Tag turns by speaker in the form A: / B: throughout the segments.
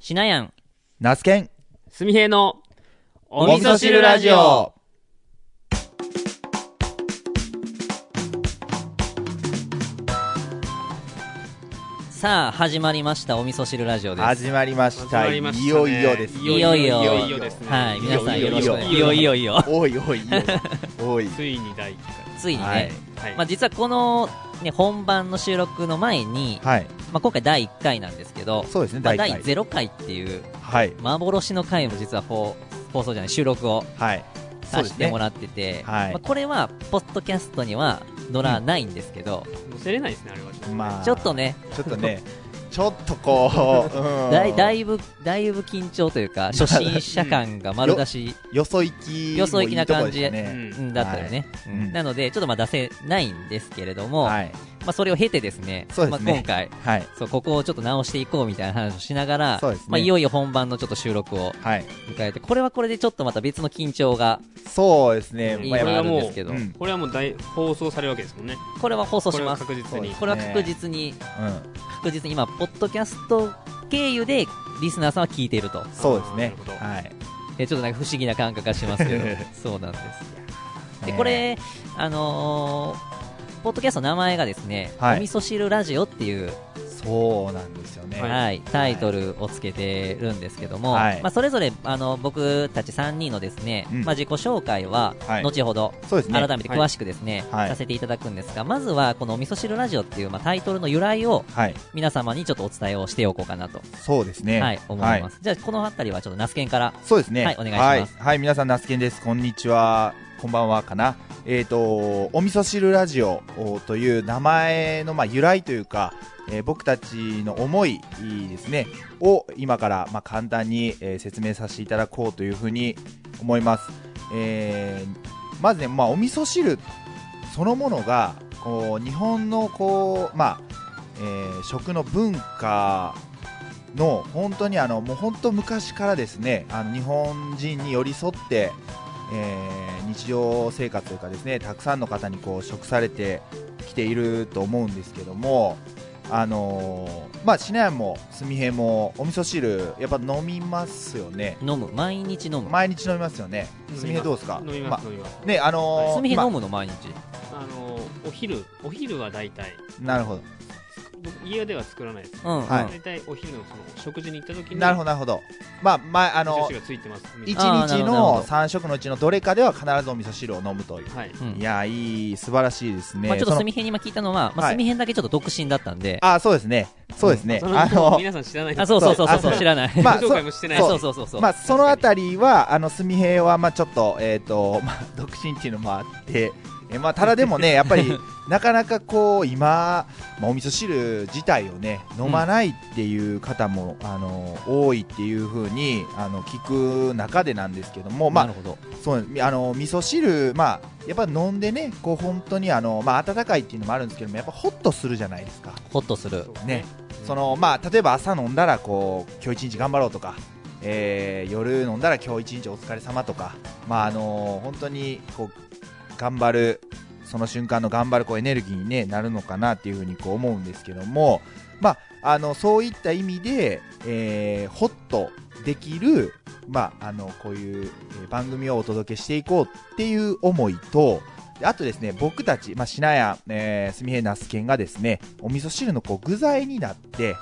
A: しなやん。
B: ナスケン
C: すみへいの、お
A: 味噌汁ラジオさあ、始まりました。お味噌汁ラジオです。
B: 始まりました
C: 始まりました
B: い
C: ね
B: よいよです
C: い
A: いよいよ。
C: いよいよですね
A: はい。皆さん
B: い
A: よ
B: よい
A: ろ
B: よ
A: しく。いよいよいよ。
B: おいおい おいおい
C: ついに第一
A: ついにね。
B: はい
C: 回。はい。
A: まあ、実はこの、ね、本番の収録の前に、
B: はい
A: まあ、今回第1回なんですけど、
B: そうですね
A: まあ
B: 第
A: 第
B: 1回
A: 0回っていう
B: はい
A: 幻の回も実は放放送じゃない収録を
B: はい
A: させても
B: ね
A: らってて、
B: はい
A: まあ、これはポッドキャストには乗らないんですけど、
C: 載せれないですね、あれは。
B: まあ
A: ちょっとね
B: ちょっ とねちょっとこううん
A: だいだいぶだいぶ緊張というか初心者感が丸出し、
B: よそ行き
A: よそ行きな感じ
B: もいいとこ
C: う
B: でし
C: ん
A: うんだったよね、
B: い
A: うん
B: うん
A: なのでちょっとまあ出せないんですけれども、
B: たねはい
A: まあ、それを経てですね
B: そうです
A: ま
B: ね
A: あ、今回
B: はい
A: そうここをちょっと直していこうみたいな話をしながら、
B: そうですね
A: まあ、いよいよ本番のちょっと収録を
B: はい
A: 迎えてこれはこれでちょっとまた別の緊張が
B: そうですね
C: うん
A: い
B: まあやっ
A: ろいろ
B: ぱ
A: あるんですけど、
B: うん
C: これはもう大放送されるわけですもんね。
A: これは放送
C: こ
A: し
C: れ
A: ま
C: は
A: す
C: 確実に。
A: これは確実に
B: うん
A: 確実に今、ポッドキャスト経由でリスナーさんは聞いていると、
B: そうです
C: な
B: ね
C: るほど
B: はい
A: えちょっとなんか不思議な感覚がします けど、そうなんです。で、これ、あのーポッドキャストの名前がですね、
B: はい
A: お味噌汁ラジオっていう、
B: そうなんですよね
A: はいタイトルをつけてるんですけども、
B: はい
A: まあ、それぞれあの僕たち3人のですね、
B: うん
A: まあ、自己紹介は
B: はい
A: 後ほど
B: そうですね
A: 改めて詳しくですね、
B: はい
A: させていただくんですが、まずはこのお味噌汁ラジオっていう、まあ、タイトルの由来を
B: はい
A: 皆様にちょっとお伝えをしておこうかなと
B: そうですね
A: はい、思います。じゃあ、この辺りはちょっとナスケンから。
B: そうですね。
A: はいお願いします
B: はい、はい皆さん、ナスケンです。こんにちは。こんばんはかな。えっ、と、お味噌汁ラジオという名前の、まあ、由来というか、えー僕たちの思いですね、を今から、まあ、簡単に、えー説明させていただこうというふうに思います。えーまずね、まあ、お味噌汁そのものが、こう、日本の、こう、まあ、えー食の文化の本当にあのもう本当昔からですねあの日本人に寄り添って、えー日常生活というかですねたくさんの方にこう食されてきていると思うんですけどもあのーまあシナヤもすみへもお味噌汁やっぱ飲みますよね
A: 飲む。毎日飲む。
B: 毎日飲みますよね
C: 飲みます
B: すみへどうですか
C: 飲みます、飲みます。
B: あねあのー
A: すみへ
B: まあ
A: 飲むの毎日。
C: あのー、お昼、お昼は大体、
B: なるほど
C: 僕家では作らないです。
A: うん。
B: はい
C: 大体お昼のその食事に行った時に、
B: なるほど
C: ど。
B: なるほどまあ前あの
C: がついてます。み
B: 一
C: たい
A: あーなるほ
B: 日
A: どなるほど
B: の3食のうちのどれかでは必ずお味噌汁を飲むという
C: なはい。
A: うん
B: いやいい素晴らしいですね。
A: まあちょっと
B: そ
A: す
B: の
A: みへんに今聞いたのは、ま
B: は
A: あ
B: い
A: すみへんだけちょっと独身だったんで。
B: あそうですね。そうですね。
C: その
B: あ
C: ことを
B: の
C: 皆さん知らない
A: あ、そうそうそうそう
B: そう
A: そう、知らない。
B: ま
C: ま
B: あ
C: あ、紹介もしてない
A: あ
C: し
B: そ
A: そうそうそうそう。
B: まあそのあたりはあのすみへはまあちょっとえっ、と まあ独身っていうのもあって。えまあ、ただでも ね、やっぱりなかなかこう今、まあ、お味噌汁自体をね飲まないっていう方も、あの多いっていう風にあの聞く中でなんですけども、まあ
A: な、るほど。
B: そうみあの味噌汁、まあ、やっぱ飲んでねこう本当にあの、まあ、温かいっていうのもあるんですけどもやっぱホッとするじゃないですか、
A: ホッとする。
B: ね
C: うん
B: そのまあ、例えば朝飲んだらこう今日一日頑張ろうとか、えー夜飲んだら今日一日お疲れ様とか、まああの本当にこう頑張るその瞬間の頑張るこうエネルギーに、ね、なるのかなっていうふうにこう思うんですけども、まあ、あのそういった意味で、えーホッとできる、まあ、あのこういうえー番組をお届けしていこうっていう思いとであとですね僕たち、まあ、しなや、えー、すみへなすけんがですねお味噌汁のこう具材になって、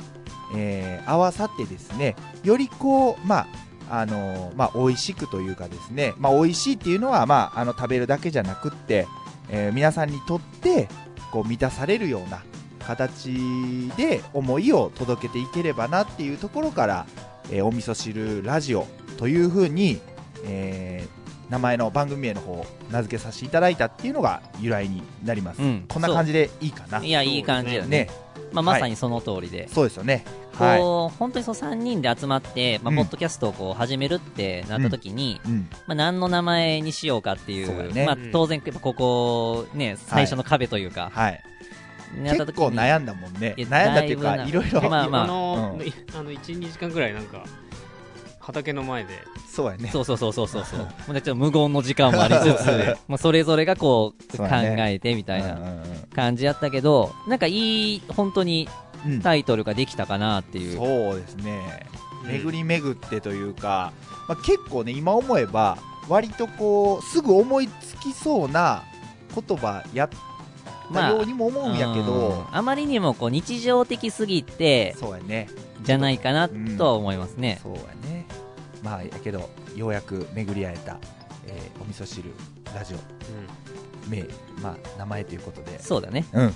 B: えー合わさってですねよりこうまああのーまあ、美味しくというかですね、まあ、美味しいっていうのは、まあ、あの食べるだけじゃなくって、えー皆さんにとってこう満たされるような形で思いを届けていければなっていうところから、えーお味噌汁ラジオというふうに、えー名前の番組名の方を名付けさせていただいたっていうのが由来になります、
A: うん
B: こんな感じでいいかない
A: や、いい感じだ
C: そう
A: ね
B: ね。
A: まあまさにその通りで。
B: そうですよねはい
A: こう、本当にそう3人で集まって、まあ、
B: うん
A: ポッドキャストをこう始めるってなった時に、
B: うん、
A: まあ、何の名前にしようかってい
B: そうだ
A: う、
B: ね
A: ま
C: う
A: あ
C: ん
A: 当然、やっぱここ、ね、最初の壁というか、
B: はい
A: なった時
B: 結構
A: に
B: 悩んだもんね
A: いや
B: 悩んだっていう
A: だ
B: か
A: い
B: い
A: ぶ
B: ろ
A: 悩
B: い
A: ん
B: ろ
A: だまあまあ
C: あの
B: う
C: ー、あの、1、2時間ぐらいなんか、畑の前で、
B: そうやね
A: そうそうそうそうそうそう。もうねちょっと無言の時間もありつ つ、まあそれぞれがこう
B: そ
A: 考
B: うだね
A: えてみたい
B: うん
A: な
B: うんうん
A: 感じやったけど、なんかいい本当に
B: うん
A: タイトルができたかなっていう。
B: そうですね
C: うん
B: 巡り巡ってというか、まあ、結構ね今思えば割とこうすぐ思いつきそうな言葉やったようにも思うんやけど、
A: うんあまりにもこう日常的すぎて
B: そうやね
A: じゃないかなとは思いますね、
B: そうやねまあやけどようやく巡り会えた、えーお味噌汁ラジオ名まあ名前ということで
A: そうだね、
B: うん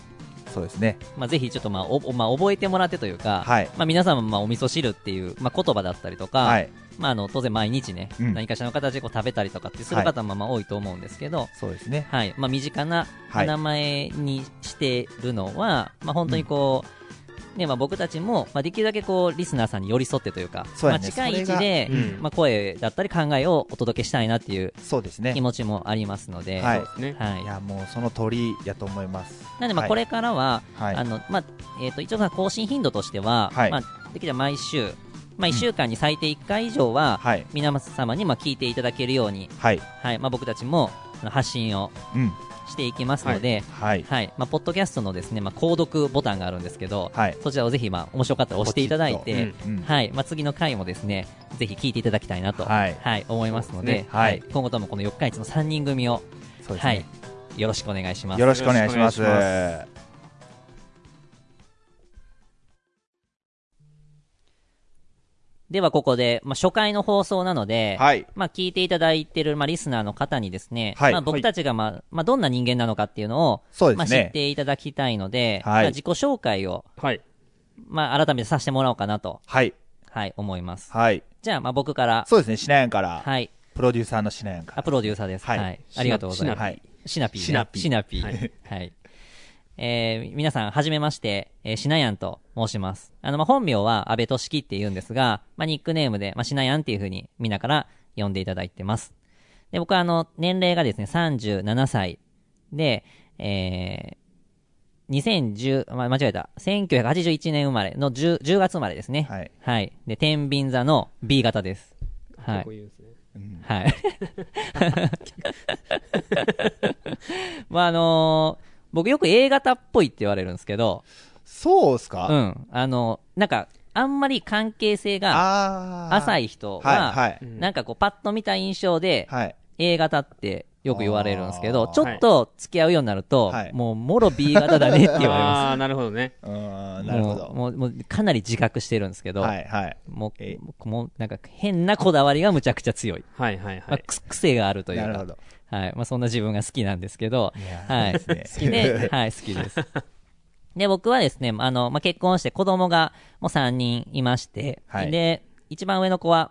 B: そうですね
A: まあ、ぜひちょっとまあお、おまあ、覚えてもらってというか、
B: はい
A: まあ、皆さんもまあお味噌汁っていう、まあ、言葉だったりとか、
B: はい
A: まあ、あの当然毎日ね、
B: うん
A: 何かしらの形でこう食べたりとかってする方もまあ多いと思うんですけど、はい
B: そうですね
A: まあ、身近な
B: はい
A: 名前にしてるのは、まあ、本当にこう、ねまあ、僕たちも、まあ、できるだけこうリスナーさんに寄り添ってというか
B: そうやね
A: まあ、近い
B: そ
A: 位
B: れが
A: 置で、
C: うん
A: まあ、声だったり考えをお届けしたいなっていう
B: そうです
A: 気
B: ね
A: 持ちもありますので、
B: はい
C: そうですね。
A: はい
B: いやもうその鳥やと思います
A: なのでま
B: は
A: あ
B: い
A: これからは、
B: はい
A: あのまあえー、と一応さ更新頻度としては、
B: はい
A: まあ、できれば毎週、まあ、1週間に最低1回以上は、
B: はい
A: 皆様にまあ聞いていただけるように、
B: はい
A: はいまあ、僕たちもあの発信を
B: うん
A: していきますので、
B: はい
A: はいまあ、ポッドキャストのですね、まあ、購読ボタンがあるんですけど、
B: はい
A: そちらをぜひ、まあ、面白かったら押していただい
B: ポチ
A: て、
B: うん
A: はいまあ、次の回もですねぜひ聞いていただきたいなと、はい
B: はい
A: 思いますので
C: そうです
B: ねはい
A: 今後ともこの四日市の3人組を、
B: そうです
A: は
B: ね
A: い、よろしくお願いします
B: よ。ろしくお願いしま
C: よろしくお願
B: す
A: ではここで、まあ、初回の放送なので、
B: はい
A: まあ、聞いていただいてる、まあ、リスナーの方にですね、
B: はい
A: まあ、僕たちが、まあまあ、どんな人間なのかっていうのを、
B: そう
A: ま
B: で
A: あ、
B: す
A: 知っ
B: ね
A: ていただきたいので、
B: はい
A: まあ、自己紹介を、
C: はい。
A: まあ、改めてさせてもらおうかなと、
B: はい
A: はい、思います。
B: はい
A: じゃあ、まあ、僕から、
B: そうですねしなやんから
A: はい、
B: プロデューサーのしなやんか
A: あ
B: ら
A: プロデューサーです。は、
B: はいい
A: ありがとうございます。
B: はい
A: シナピー、ね。
C: シナピー
A: シナピー。
C: は
A: はい
C: い。
A: えー皆さん、はじめまして、えーシナヤンと申します。あの、まあ、本名は安倍俊樹って言うんですが、まあ、ニックネームで、まあ、シナヤンっていうふうに、みんなから呼んでいただいてます。で、僕は、あの、年齢がですね、37歳で、えー、2010、まあ、間違えた。1981年生まれの 10, 10月生まれですね。
B: はい。
A: はい。で、天秤座の B 型です。はい。
C: 結構言うんですね。
A: はい。まあ、あのー僕よく A 型っぽいって言われるんですけど、
B: そうっす
A: う
B: か
A: ん。あのなんか、あんまり関係性が
B: あー
A: 浅い人は、
B: はいはい
A: なんかこう、パッと見た印象で、
B: はい。
A: A 型ってよく言われるんですけ
B: あ
A: ど、
B: ー
A: ちょっと付き合うようになると、
B: はい
A: もう、もろ B 型だねって言われ ます。
C: ああー、なるほどね。
B: うーん、なるほど。
A: もう、もう、もうかなり自覚してるんですけど、
B: はいはい。
A: もう
B: え、
A: 僕もう、なんか変なこだわりがむちゃくちゃ強い。
C: はいはい
A: ま
C: は
A: あ
C: い。
A: く癖があるというか。
B: なるほど。
A: はい。まあ、そんな自分が好きなんですけど、
B: いやー
A: はい。
B: いいです
A: 好
B: ね
A: きで、 はい、好き です。で、僕はですね、あの、まあ、結婚して子供がもう3人いまして、
B: はい
A: で、一番上の子は、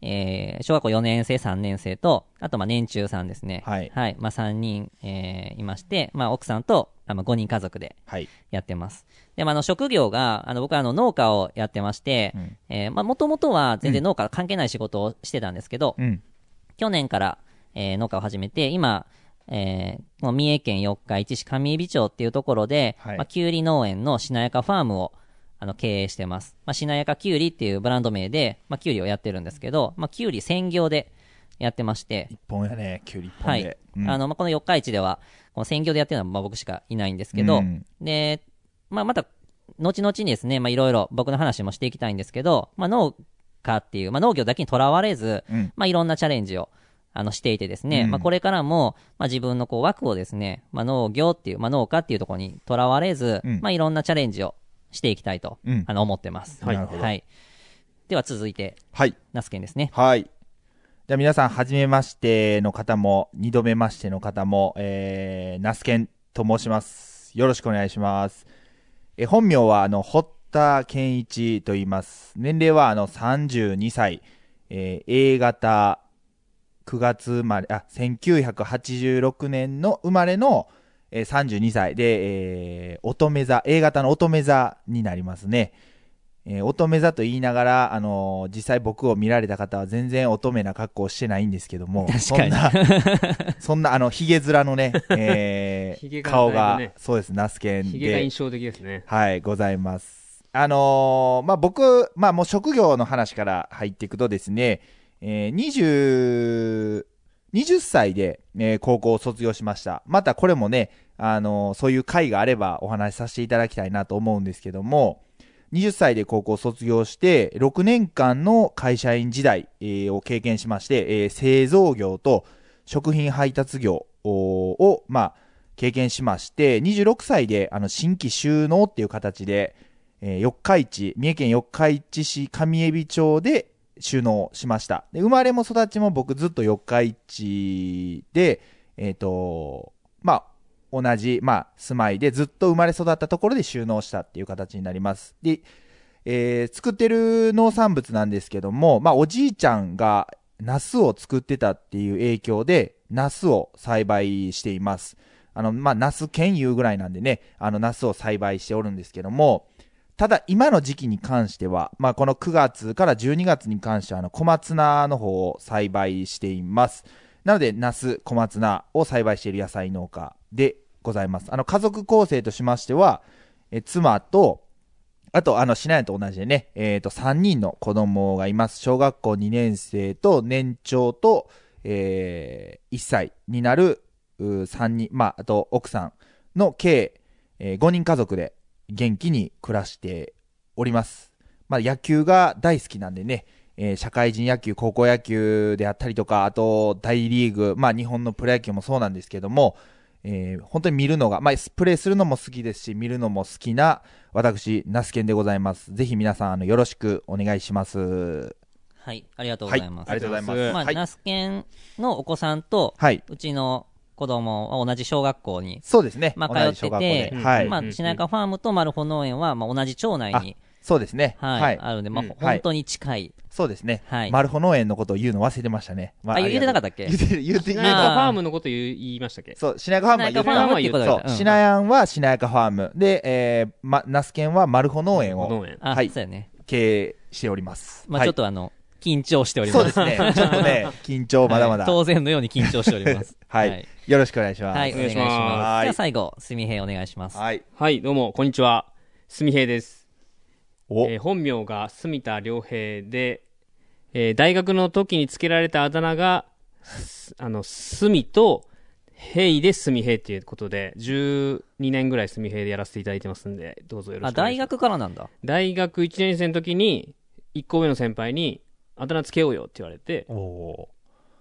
A: えー小学校4年生、3年生と、あと、まあ、年中さんですね。
B: はい
A: まあ、3人、えーいまして、まあ、奥さんと、あまあ、5人家族で
B: はい。
A: やってます。で、まあ、あの、職業が、あの、僕はあの、農家をやってまして、
B: ん
A: えーまあ、もともとは全然農家関係ない仕事をしてたんですけど、
B: うん。
A: 去年から、えー農家を始めて、今、えーこの三重県四日市市上海老町っていうところで、
B: はい
A: まあ、きゅうり農園のしなやかファームをあの経営してます。まあ、しなやかきゅうりっていうブランド名で、まあ、きゅうりをやってるんですけど、まあ、きゅうり専業でやってまして、
B: 一本やね、キュウリ一
A: は
B: 本
A: い
B: で。。うん
A: あ、の、まあ、この四日市では、この専業でやってるのはまあ僕しかいないんですけど、
B: うん
A: で、まあ、また、後々にですね、まあ、いろいろ僕の話もしていきたいんですけど、まあ、農家っていう、まあ、農業だけにとらわれず、
B: うん
A: まあ、いろんなチャレンジを、あの、していてですね、
B: うん
A: まあ、これからも、まあ、自分のこう枠をですね、まあ、農業っていう、まあ、農家っていうところにとらわれず、
B: うん
A: まあ、いろんなチャレンジをしていきたいと、
B: うん
A: あの、思ってます。
B: はいなるほど
A: はい。では続いて、
B: はい。
A: ナスケンですね。
B: はい。じゃあ皆さん、はじめましての方も、二度目ましての方も、えー、ナスケンと申します。よろしくお願いします。え、本名は、あの、堀田健一と言います。年齢は、あの、32歳、えー、A 型、9月生まれ、あ、1986年の生まれの、えー、32歳で、えー、乙女座、A 型の乙女座になりますね。えー乙女座と言いながら、あのー実際僕を見られた方は全然乙女な格好をしてないんですけども、
A: 確かに
B: そんな、そんなあの、髭面のね、え ー
C: ひげが
B: 顔
C: だい
B: が
C: ぶね、
B: そうです、ナスケン
C: ひげが
B: で
C: 印、象的ですね。
B: はい、ございます。あのーまあ、僕、まあ、もう職業の話から入っていくとですね、えー、20、20歳で、えー高校を卒業しました。またこれもね、あのーそういう会があればお話しさせていただきたいなと思うんですけども、 20歳で高校を卒業して、6年間の会社員時代、えーを経験しまして、えー製造業と食品配達業おーを、まあ、経験しまして、26歳で、あの、新規収納っていう形で、えー四日市、三重県四日市市上海老町で収納しました。で生まれも育ちも僕ずっと四日市で、えっ、と、まあ、同じ、まあ、住まいでずっと生まれ育ったところで収納したっていう形になります。で、えー作ってる農産物なんですけども、まあ、おじいちゃんがナスを作ってたっていう影響で、ナスを栽培しています。あの、まあ、ナス兼いうぐらいなんでね、あの、ナスを栽培しておるんですけども、ただ今の時期に関しては、まあ、この9月から12月に関しては、あの、小松菜の方を栽培しています。なので、ナス、小松菜を栽培している野菜農家でございます。あの、家族構成としましては、え妻と、あと、あの、しなやと同じでね、えっ、と、3人の子供がいます。小学校2年生と年長と、えー1歳になる、う3人、まあ、あと、奥さんの計、え5人家族で元気に暮らしております。まあ、野球が大好きなんでね、えー社会人野球、高校野球であったりとか、あと、大リーグ、まあ、日本のプロ野球もそうなんですけども、えー本当に見るのが、まあ、プレイするのも好きですし、見るのも好きな、私、ナスケンでございます。ぜひ皆さん、あの、よろしくお願いします。
A: はい、ありがとうございます。
B: はいありがとうございます
A: まあ、
B: はい
A: ナスケンのお子さんと、
B: はい。
A: うちの子供は同じ小学校に、
B: そうですね。
A: まあ
B: 同じ
A: 通ってて
B: 小学校で
A: うん
B: はい。
A: まあ、しなやかファームとマルホ農園は、まあ、同じ町内に、
B: そうですね。
A: はい、
B: はい。
A: あるので、まあ、
C: うん
A: 本当に近い。
B: そうですね。
A: はい。
B: マルホ農園のことを言うの忘れてましたね。ま
A: あ、言ってなかったたっけ
B: 言ってる、言って、言う
C: なんか
B: の。
A: あー
C: ファームのこと言い言いましたっけ
B: そう、しなやかファームは言った。
C: ムは言った
A: しなやかファームっていうことだよ
B: そう、
A: ん
B: しなやんはしなやかファーム。で、えー、ま、ナスケンはマルホ農園を
C: 農園。
A: あ、
B: はい
A: そうやね。
B: 経営しております。
A: まあ、
B: は
A: ち
B: い
A: ょっとあの、緊張しております。
B: そうですね。 ちょっとね、緊張まだまだ。。
A: はい当然のように緊張しております
B: はい
A: はい。
B: よろしくお願いします。
A: はいお願いします。
C: お願いします
B: はい
A: じゃあ最後、すみへいお願いします。
B: はい。
C: はい、どうも、こんにちは。すみへいです。
B: お、
C: えー本名が住田良平で、えー大学の時につけられたあだ名が、すあの、住と平で住平っていうことで、12年ぐらい住平でやらせていただいてますんで、どうぞよろ
A: あ、
C: しくお願
A: 大
C: いします。
A: 学からなんだ。
C: 大学1年生の時に、1個上の先輩に、あだ名つけようよって言われて、
B: お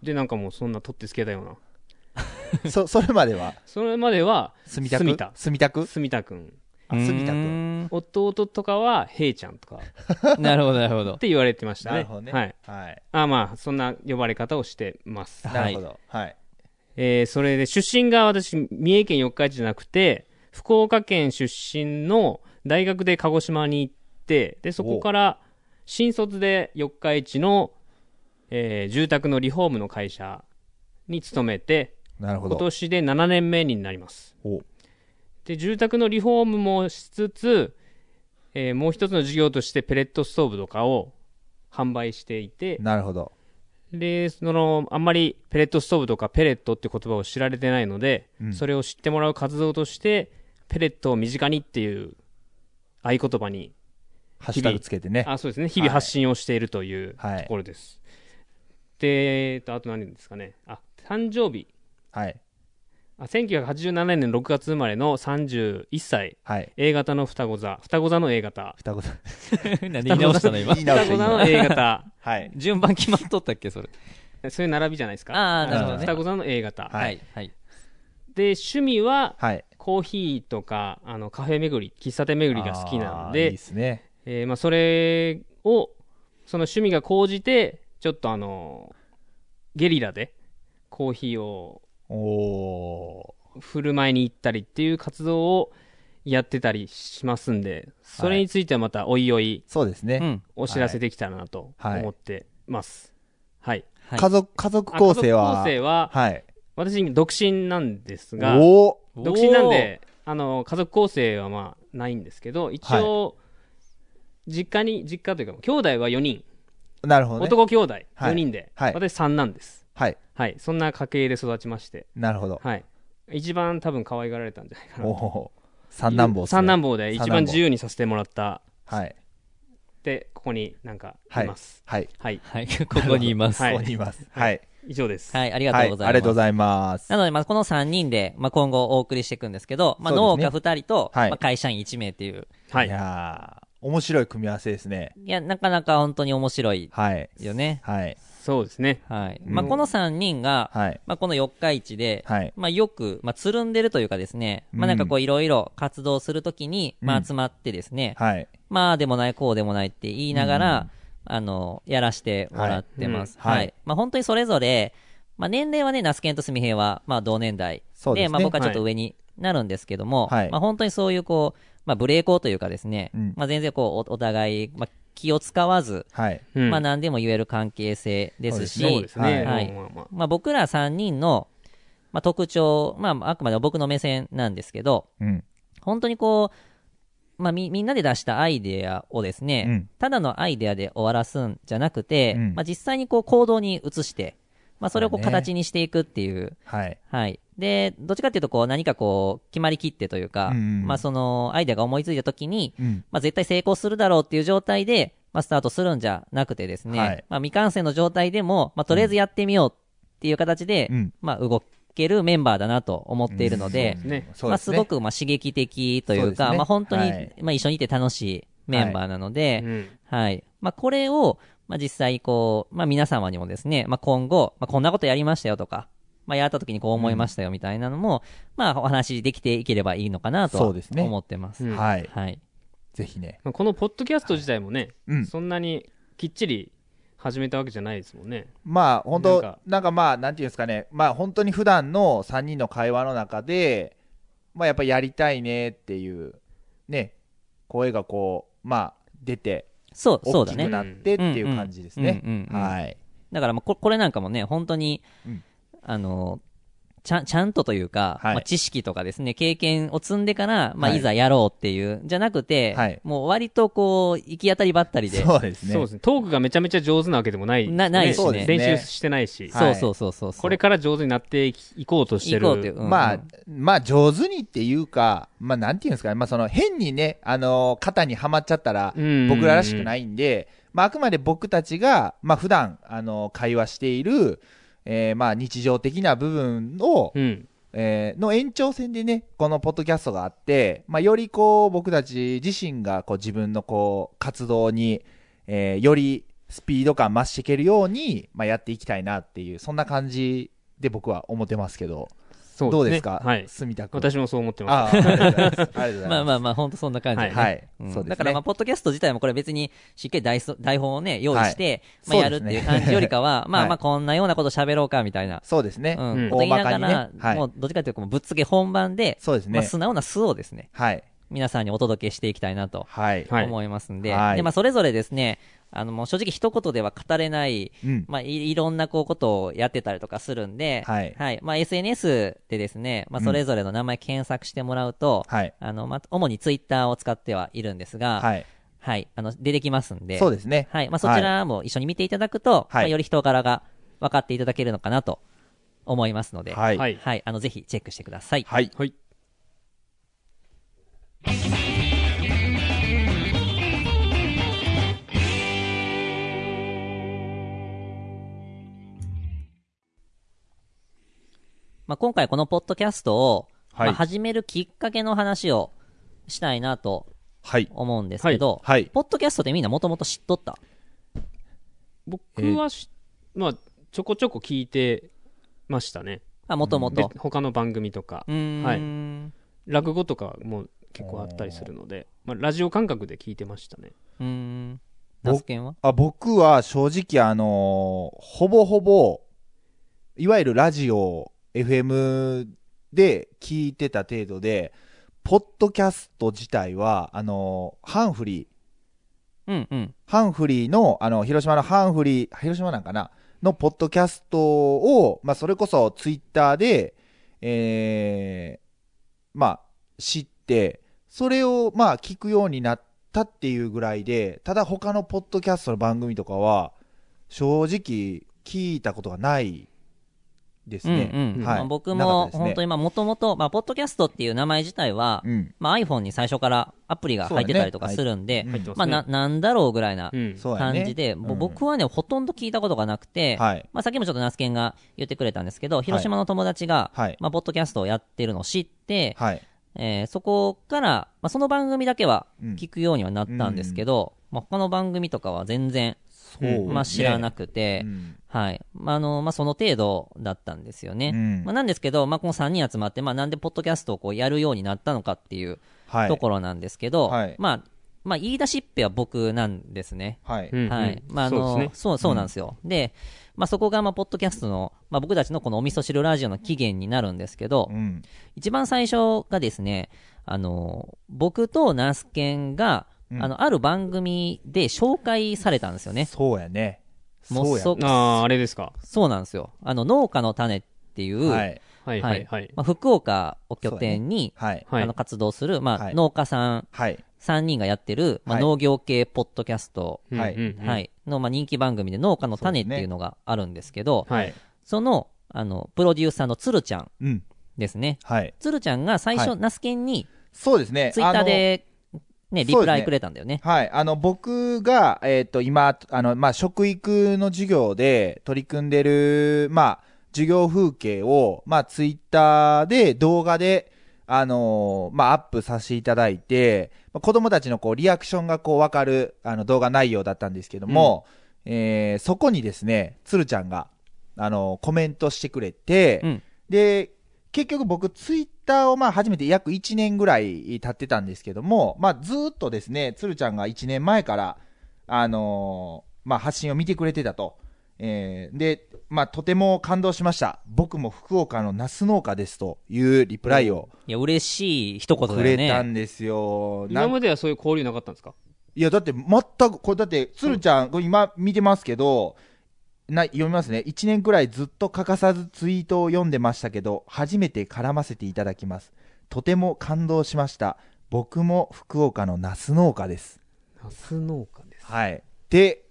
C: で、なんかもうそんな取ってつけたような。
B: ーそ、それまでは、
C: それまでは、
B: 住田
C: 住
B: 区
C: 田
B: 住田区
C: 住田くん。
B: あ住田
A: うー
B: 区。
A: ん
C: 弟とかは、平ちゃんとか、っ
A: なるほど、なるほど。
C: て言われてましたね。
B: なるほどね。
C: はい。。
B: はい。
C: あまあ、そんな呼ばれ方をしてます。
B: なるほど。はい。
C: えーそれで出身が私、三重県四日市じゃなくて、福岡県出身の大学で鹿児島に行って、で、そこから新卒で四日市の、えー住宅のリフォームの会社に勤めて、
B: なるほ
C: 今
B: ど。
C: 年で7年目になります。
B: お
C: で、住宅のリフォームもしつつ、えーもう一つの事業としてペレットストーブとかを販売していて、
B: なるほど。
C: で、その、あんまりペレットストーブとかペレットって言葉を知られてないので、
B: うん
C: それを知ってもらう活動として、ペレットを身近にっていう合言葉に、
B: ハッシュタグつけてね。
C: あ、そうですね、日々発信をしているというと
B: はい
C: ころです。で、えっと、あと何ですかね。あ、誕生日。
B: はい。
C: あ1987年6月生まれの31歳。
B: はい。
C: A 型の双子座。双子座の A 型。
B: 双子だ。
A: なんで言い直した の今
B: 言。い直
C: 双
B: してい
C: 子
B: い
C: 座の
B: の
C: A 型。
B: はい。
A: 順番決まっとったっけ、それ。
C: そういう並びじゃないですか。
A: あー
B: なるほどね
C: 双子座の A
B: は
C: 型。
B: い
A: はい。はい。
C: で、趣味は、
B: はい。
C: コーヒーとかあのカフェ巡り喫茶店巡りが好きなの
B: あー
C: で
B: いいですね。
C: えーまあ、それをその趣味が高じてちょっとあのゲリラでコーヒーを
B: おー。
C: 振る舞いに行ったりっていう活動をやってたりしますんでそれについてはまたおいおい
B: そうですね。
A: うん。
C: お知らせできたらなと思ってますはい、
A: はい
B: 家族、家族
C: あ
B: 構成は。
C: 家族構成は
B: はい。
C: 私独身なんですが
B: おー。
C: 独身なんであの家族構成はまあないんですけど一応、実家に実家というか兄弟は4人、
B: なるほどね。
C: 男兄弟
B: はい
C: 4人で、
B: はい
C: 私3なんです
B: はい。
C: はいそんな家系で育ちまして
B: なるほど。
C: はい一番多分可愛がられたんじゃないか
B: お
C: な
B: おー。三男坊っすね
C: 三男坊で一
B: 三
C: 番
B: 男坊
C: 自由にさせてもらった
B: はい。
C: でここになんかい
B: はい
C: ます
B: はい。
C: はい、
A: はい、 ここにいます。
C: は
A: はいい、
B: ここにいます。はい。
C: 以上です、
A: あり
B: は
A: がとうございます。
B: ありがとうございます。
A: なので、まあ、この3人で、まあ、今後お送りしていくんですけど、まあ、
B: そ
A: 農
B: うですね
A: 家2人と、
B: はい
A: まあ、会社員1名っていう、
C: はい
B: いやー面白い組み合わせですね。
A: いや、なかなか本当に面白い
B: はい。
A: よね。
B: はい。
C: そうですね。
A: はい。まあ、この3人が、
B: はい。
A: まあ、この四日市で、
B: はい。
A: まあ、よく、まあ、つるんでるというかですね、まあ、なんかこう、いろいろ活動するときに、ま
B: う
A: あ、
B: ん
A: 集まってですね、
B: はい。
A: まあ、でもない、こうでもないって言いながら、あの、やらしてもらってます。
B: はい
A: は
B: うん
A: い。
B: はい
A: まあ、本当にそれぞれ、まあ、年齢はね、ナスケンとスミヘイは、まあ、同年代
B: そうですね
A: まあ、僕はちょっと上になるんですけども、
B: はい
A: まあ、本当にそういう、こう、まあ、無礼講というかですね、
B: うん
A: まあ、全然こう、おお互い、まあ、気を使わず、
B: はい。
C: うん
A: まあ、何でも言える関係性ですし、
C: そうですね。
A: はい
C: まあまあまあ
A: まあ、僕ら3人の、まあ、特徴、まあ、あくまで僕の目線なんですけど、
B: うん。
A: 本当にこう、まあ、みみんなで出したアイデアをですね、
B: うん
A: ただのアイデアで終わらすんじゃなくて、
B: うん
A: まあ、実際にこう行動に移して、まあ、それをこう
B: まあね
A: 形にしていくっていう、
B: はい。
A: はい。で、どっちかっていうとこう何かこう決まりきってというか、
B: うんうん
A: まあ、そのアイデアが思いついた時に、
B: うん。
A: まあ、絶対成功するだろうっていう状態で、まあ、スタートするんじゃなくてですね、
B: はい
A: まあ、未完成の状態でも、まあ、とりあえずやってみようっていう形で、
B: うん
A: まあ、動けるメンバーだなと思っているので、
C: そうですね。
B: そう
A: ま
B: で
A: あ、
B: す
A: す
B: ね。
A: ごくまあ刺激的とい
B: そう
A: う
B: です
A: か、
B: ね
A: まあ、本当に、
B: はい
A: まあ、一緒にいて楽しいメンバーなので、
C: うん
A: はい。まあ、これを、まあ、実際、こう、まあ、皆様にもですね、まあ、今後、まあ、こんなことやりましたよとか、まあ、やった時にこう思いましたよみたいなのも、まあ、お話しできていければいいのかなと
B: そう
A: は
B: ですね
A: 思ってます。
C: うん
B: はい。
A: はい。
B: ぜひね。
C: まあこのポッドキャスト自体もね、
B: うん
C: そんなにきっちり始めたわけじゃないですもんね。
B: まあ、本当
C: なんか
B: なんかまあ、なんていうんですかね。まあ、本当に普段の3人の会話の中で、まあ、やっぱやりたいねっていう、ね、声がこう、まあ、出て、
A: そう、そう
B: 大
A: だ
B: き
A: ね
B: く。なってっていう感じですね
A: うんうん。うんうんうん
B: はい。
A: だから、まあこ、これなんかもね、本当に、
B: うん
A: あの、ちゃん、ちゃんとというか、
B: はい
A: まあ、知識とかですね、経験を積んでから、まあ、
B: はい
A: いざやろうっていう、じゃなくて、
B: はい
A: もう割とこう、行き当たりばったりで、
B: そうですね。
C: そうですね。トークがめちゃめちゃ上手なわけでもない。
A: なないしね
C: そう
A: です
B: ね
C: 練習してないし。
B: は
A: そう
B: い
A: そうそうそうそう。
C: これから上手になっていきいこうとしてる。
A: 行こうっていう。うん
B: まあ、まあ、上手にっていうか、まあ、なんていうんですかね、まあ、その、変にね、あのー肩にはまっちゃったら
C: うんうんう、ん
B: 僕ららしくないんで、まあ、あくまで僕たちが、まあ、普段、あのー会話している、えーまあ、日常的な部分を、
C: うん。
B: えーの延長線でね、このポッドキャストがあって、まあ、よりこう、僕たち自身が、こう、自分のこう、活動に、えーよりスピード感増していけるように、まあ、やっていきたいなっていう、そんな感じで僕は思ってますけど。
C: そうですね。
B: どうですか、
C: はい。
B: 住田君。
C: 私もそう思ってます。
B: ああ、ありがとうございます。ありがとうござ います。
A: まあまあまあ、ほんとそんな感じでね、
B: はい
A: うん
B: そうですね
A: だから、まあ、ポッドキャスト自体もこれ別に、しっかり台そ台本をね、用意して、ま
B: はい
A: あ、やるっていう感じよりか は、ま
B: は
A: あ
B: い
A: まあ、こんなようなこと喋ろうか、みたいな。
B: そうですね。
A: うん
C: うん
A: こと言いなが
B: 大ま
A: ら
B: か、にねはい
A: もう、どっちかというと、ぶっつけ本番で、
B: そうですね。
A: まあ、素直な素をですね、
B: はい。
A: 皆さんにお届けしていきたいなと
B: はい。
C: はい
A: 思いますんで、
B: はい
A: でまあ、それぞれですね、あのもう正直一言では語れない、
B: うん。
A: まあ、いいろんなこうことをやってたりとかするんで、
B: はい
A: まあ、SNS でですね、まあ、それぞれの名前検索してもらうと、
B: はい。
A: あのまあ、主にツイッターを使ってはいるんですが、はい
B: はい。
A: あの出てきますんで
B: そうですね。
A: はいまあ、そちらも一緒に見ていただくと、
B: はい
A: まあ、より人柄が分かっていただけるのかなと思いますので、
B: はい。
C: は
B: はい。
C: い。
A: はい、あのぜひチェックしてください。
B: はい。
C: はい。
A: まあ、今回このポッドキャストを、
B: はい
A: まあ、始めるきっかけの話をしたいなと
B: はい。
A: 思うんですけど、
B: はい。
A: ポッドキャストってみんなもともと知っとった
C: 僕はし、まあ、ちょこちょこ聞いてましたね。
A: あ、もとも
C: で
A: と。
C: 他の番組とか
A: う、ーん。
C: はい
A: うん
C: 落語とかも結構あったりするので、まあ、ラジオ感覚で聞いてましたね。
A: うーん。
B: 僕
A: ナスケンは
B: あ僕は正直あのーほぼほぼ、いわゆるラジオ、FM で聞いてた程度で、ポッドキャスト自体は、あのーハンフリー、
A: うんうん。
B: ハンフリーの、あの、広島のハンフリー、広島なんかなのポッドキャストを、まあ、それこそツイッターで、ええまあ、知って、それを、まあ、聞くようになったっていうぐらいで、ただ他のポッドキャストの番組とかは、正直、聞いたことがないです
A: うん
B: ね。
A: うん
B: はい
A: まあ僕
B: なか
A: も、
B: ったですね
A: 本当にまあもともと、まあ、ポッドキャストっていう名前自体は、
B: うん。
A: まあ、iPhone に最初からアプリが入ってたりとかするんで、
B: そうだね
C: 入ってます
A: まあ、
C: ね。
A: な、なんだろうぐらいな
C: うん。
B: そうやね。
A: 感じで、もう
B: うん
A: 僕はね、ほとんど聞いたことがなくて、
B: はい。
A: まあ、さっきもちょっとナスケンが言ってくれたんですけど、広島の友達が、
B: はい。
A: まあ、ポッドキャストをやってるのを知って、
B: はい。
A: えーそこから、まあ、その番組だけは聞くようにはなったんですけど、まあ、他の番組とかは全然、
B: そう
A: まあ、知らな
B: く
A: くて、
B: うん
A: はい。まあ、あの、まあ、その程度だったんですよね。
B: うん
A: まあ、なんですけど、まあ、この3人集まって、まあ、なんでポッドキャストをこうやるようになったのかっていう
B: はい
A: ところなんですけど、
B: はい
A: まあ、まあ、言い出しっぺは僕なんですね。
B: はい、
C: うん
A: はい。
C: うん
A: まあ、あの、
C: そ
A: そうう
C: ですね
A: そうなんですよ。で、まあ、そこが、まあ、ポッドキャストの、まあ、僕たちのこのお味噌汁ラジオの起源になるんですけど、
B: うん
A: 一番最初がですね、あの、僕とナスケンが、
B: うん
A: あの、ある番組で紹介されたんですよね。
B: そうやね
A: も
B: そうう
A: そ
B: や
C: ああ、あれですか。
A: そうなんですよ。あの、農家の種っていう、
B: はい
C: はいはいはい。
A: まあ、福岡を拠点に、
B: はい
C: はい
A: あの活動する、まあ
B: はい
A: 農家さん
B: はい
A: 3人がやってる、まあ、
B: はい
A: 農業系ポッドキャスト、
C: うん
B: はい
C: うんうん
A: はい、の、まあ、人気番組で農家の種っ
B: そうですね
A: ていうのがあるんですけど、そ,、
C: はい。
A: のあのプロデューサーのつるちゃん
B: うん
A: ですね。
B: はい
A: つるちゃんが最初、
B: はい
A: ナスケンに
B: そうですね
A: ツイッターで、ね、リプ
B: そう
A: ラ
B: です
A: イ
B: ね
A: くれたんだよね。
B: はい。あの、僕が、えっ、と、今、あの、まあ、食育の授業で取り組んでる、まあ、授業風景を、まあ、ツイッターで動画で、あのーまあ、アップさせていただいて、まあ、子供たちのこう、リアクションがこう、わかる、あの、動画内容だったんですけども、えーそこにですね、つるちゃんが、あのーコメントしてくれて、
A: うん
B: で、結局僕、ツイッターをまあ初めて約1年ぐらい経ってたんですけども、まあずーっとですね、つるちゃんが1年前から、あのーまあ発信を見てくれてたと。えーで、まあとても感動しました。僕も福岡のナス農家ですというリプライを
A: いや、嬉しい一言
B: く
A: だよ
B: れた
A: ね。
B: んですよ。な
C: 今
B: ん
C: まではそういう交流なかったんですか
B: いや、だって全く、これだって、つるちゃん、これ今見てますけど、な読みますね。1年くらいずっと欠かさずツイートを読んでましたけど、初めて絡ませていただきます。とても感動しました。僕も福岡のナス農家です。
C: ナス農家です。
B: はい。で、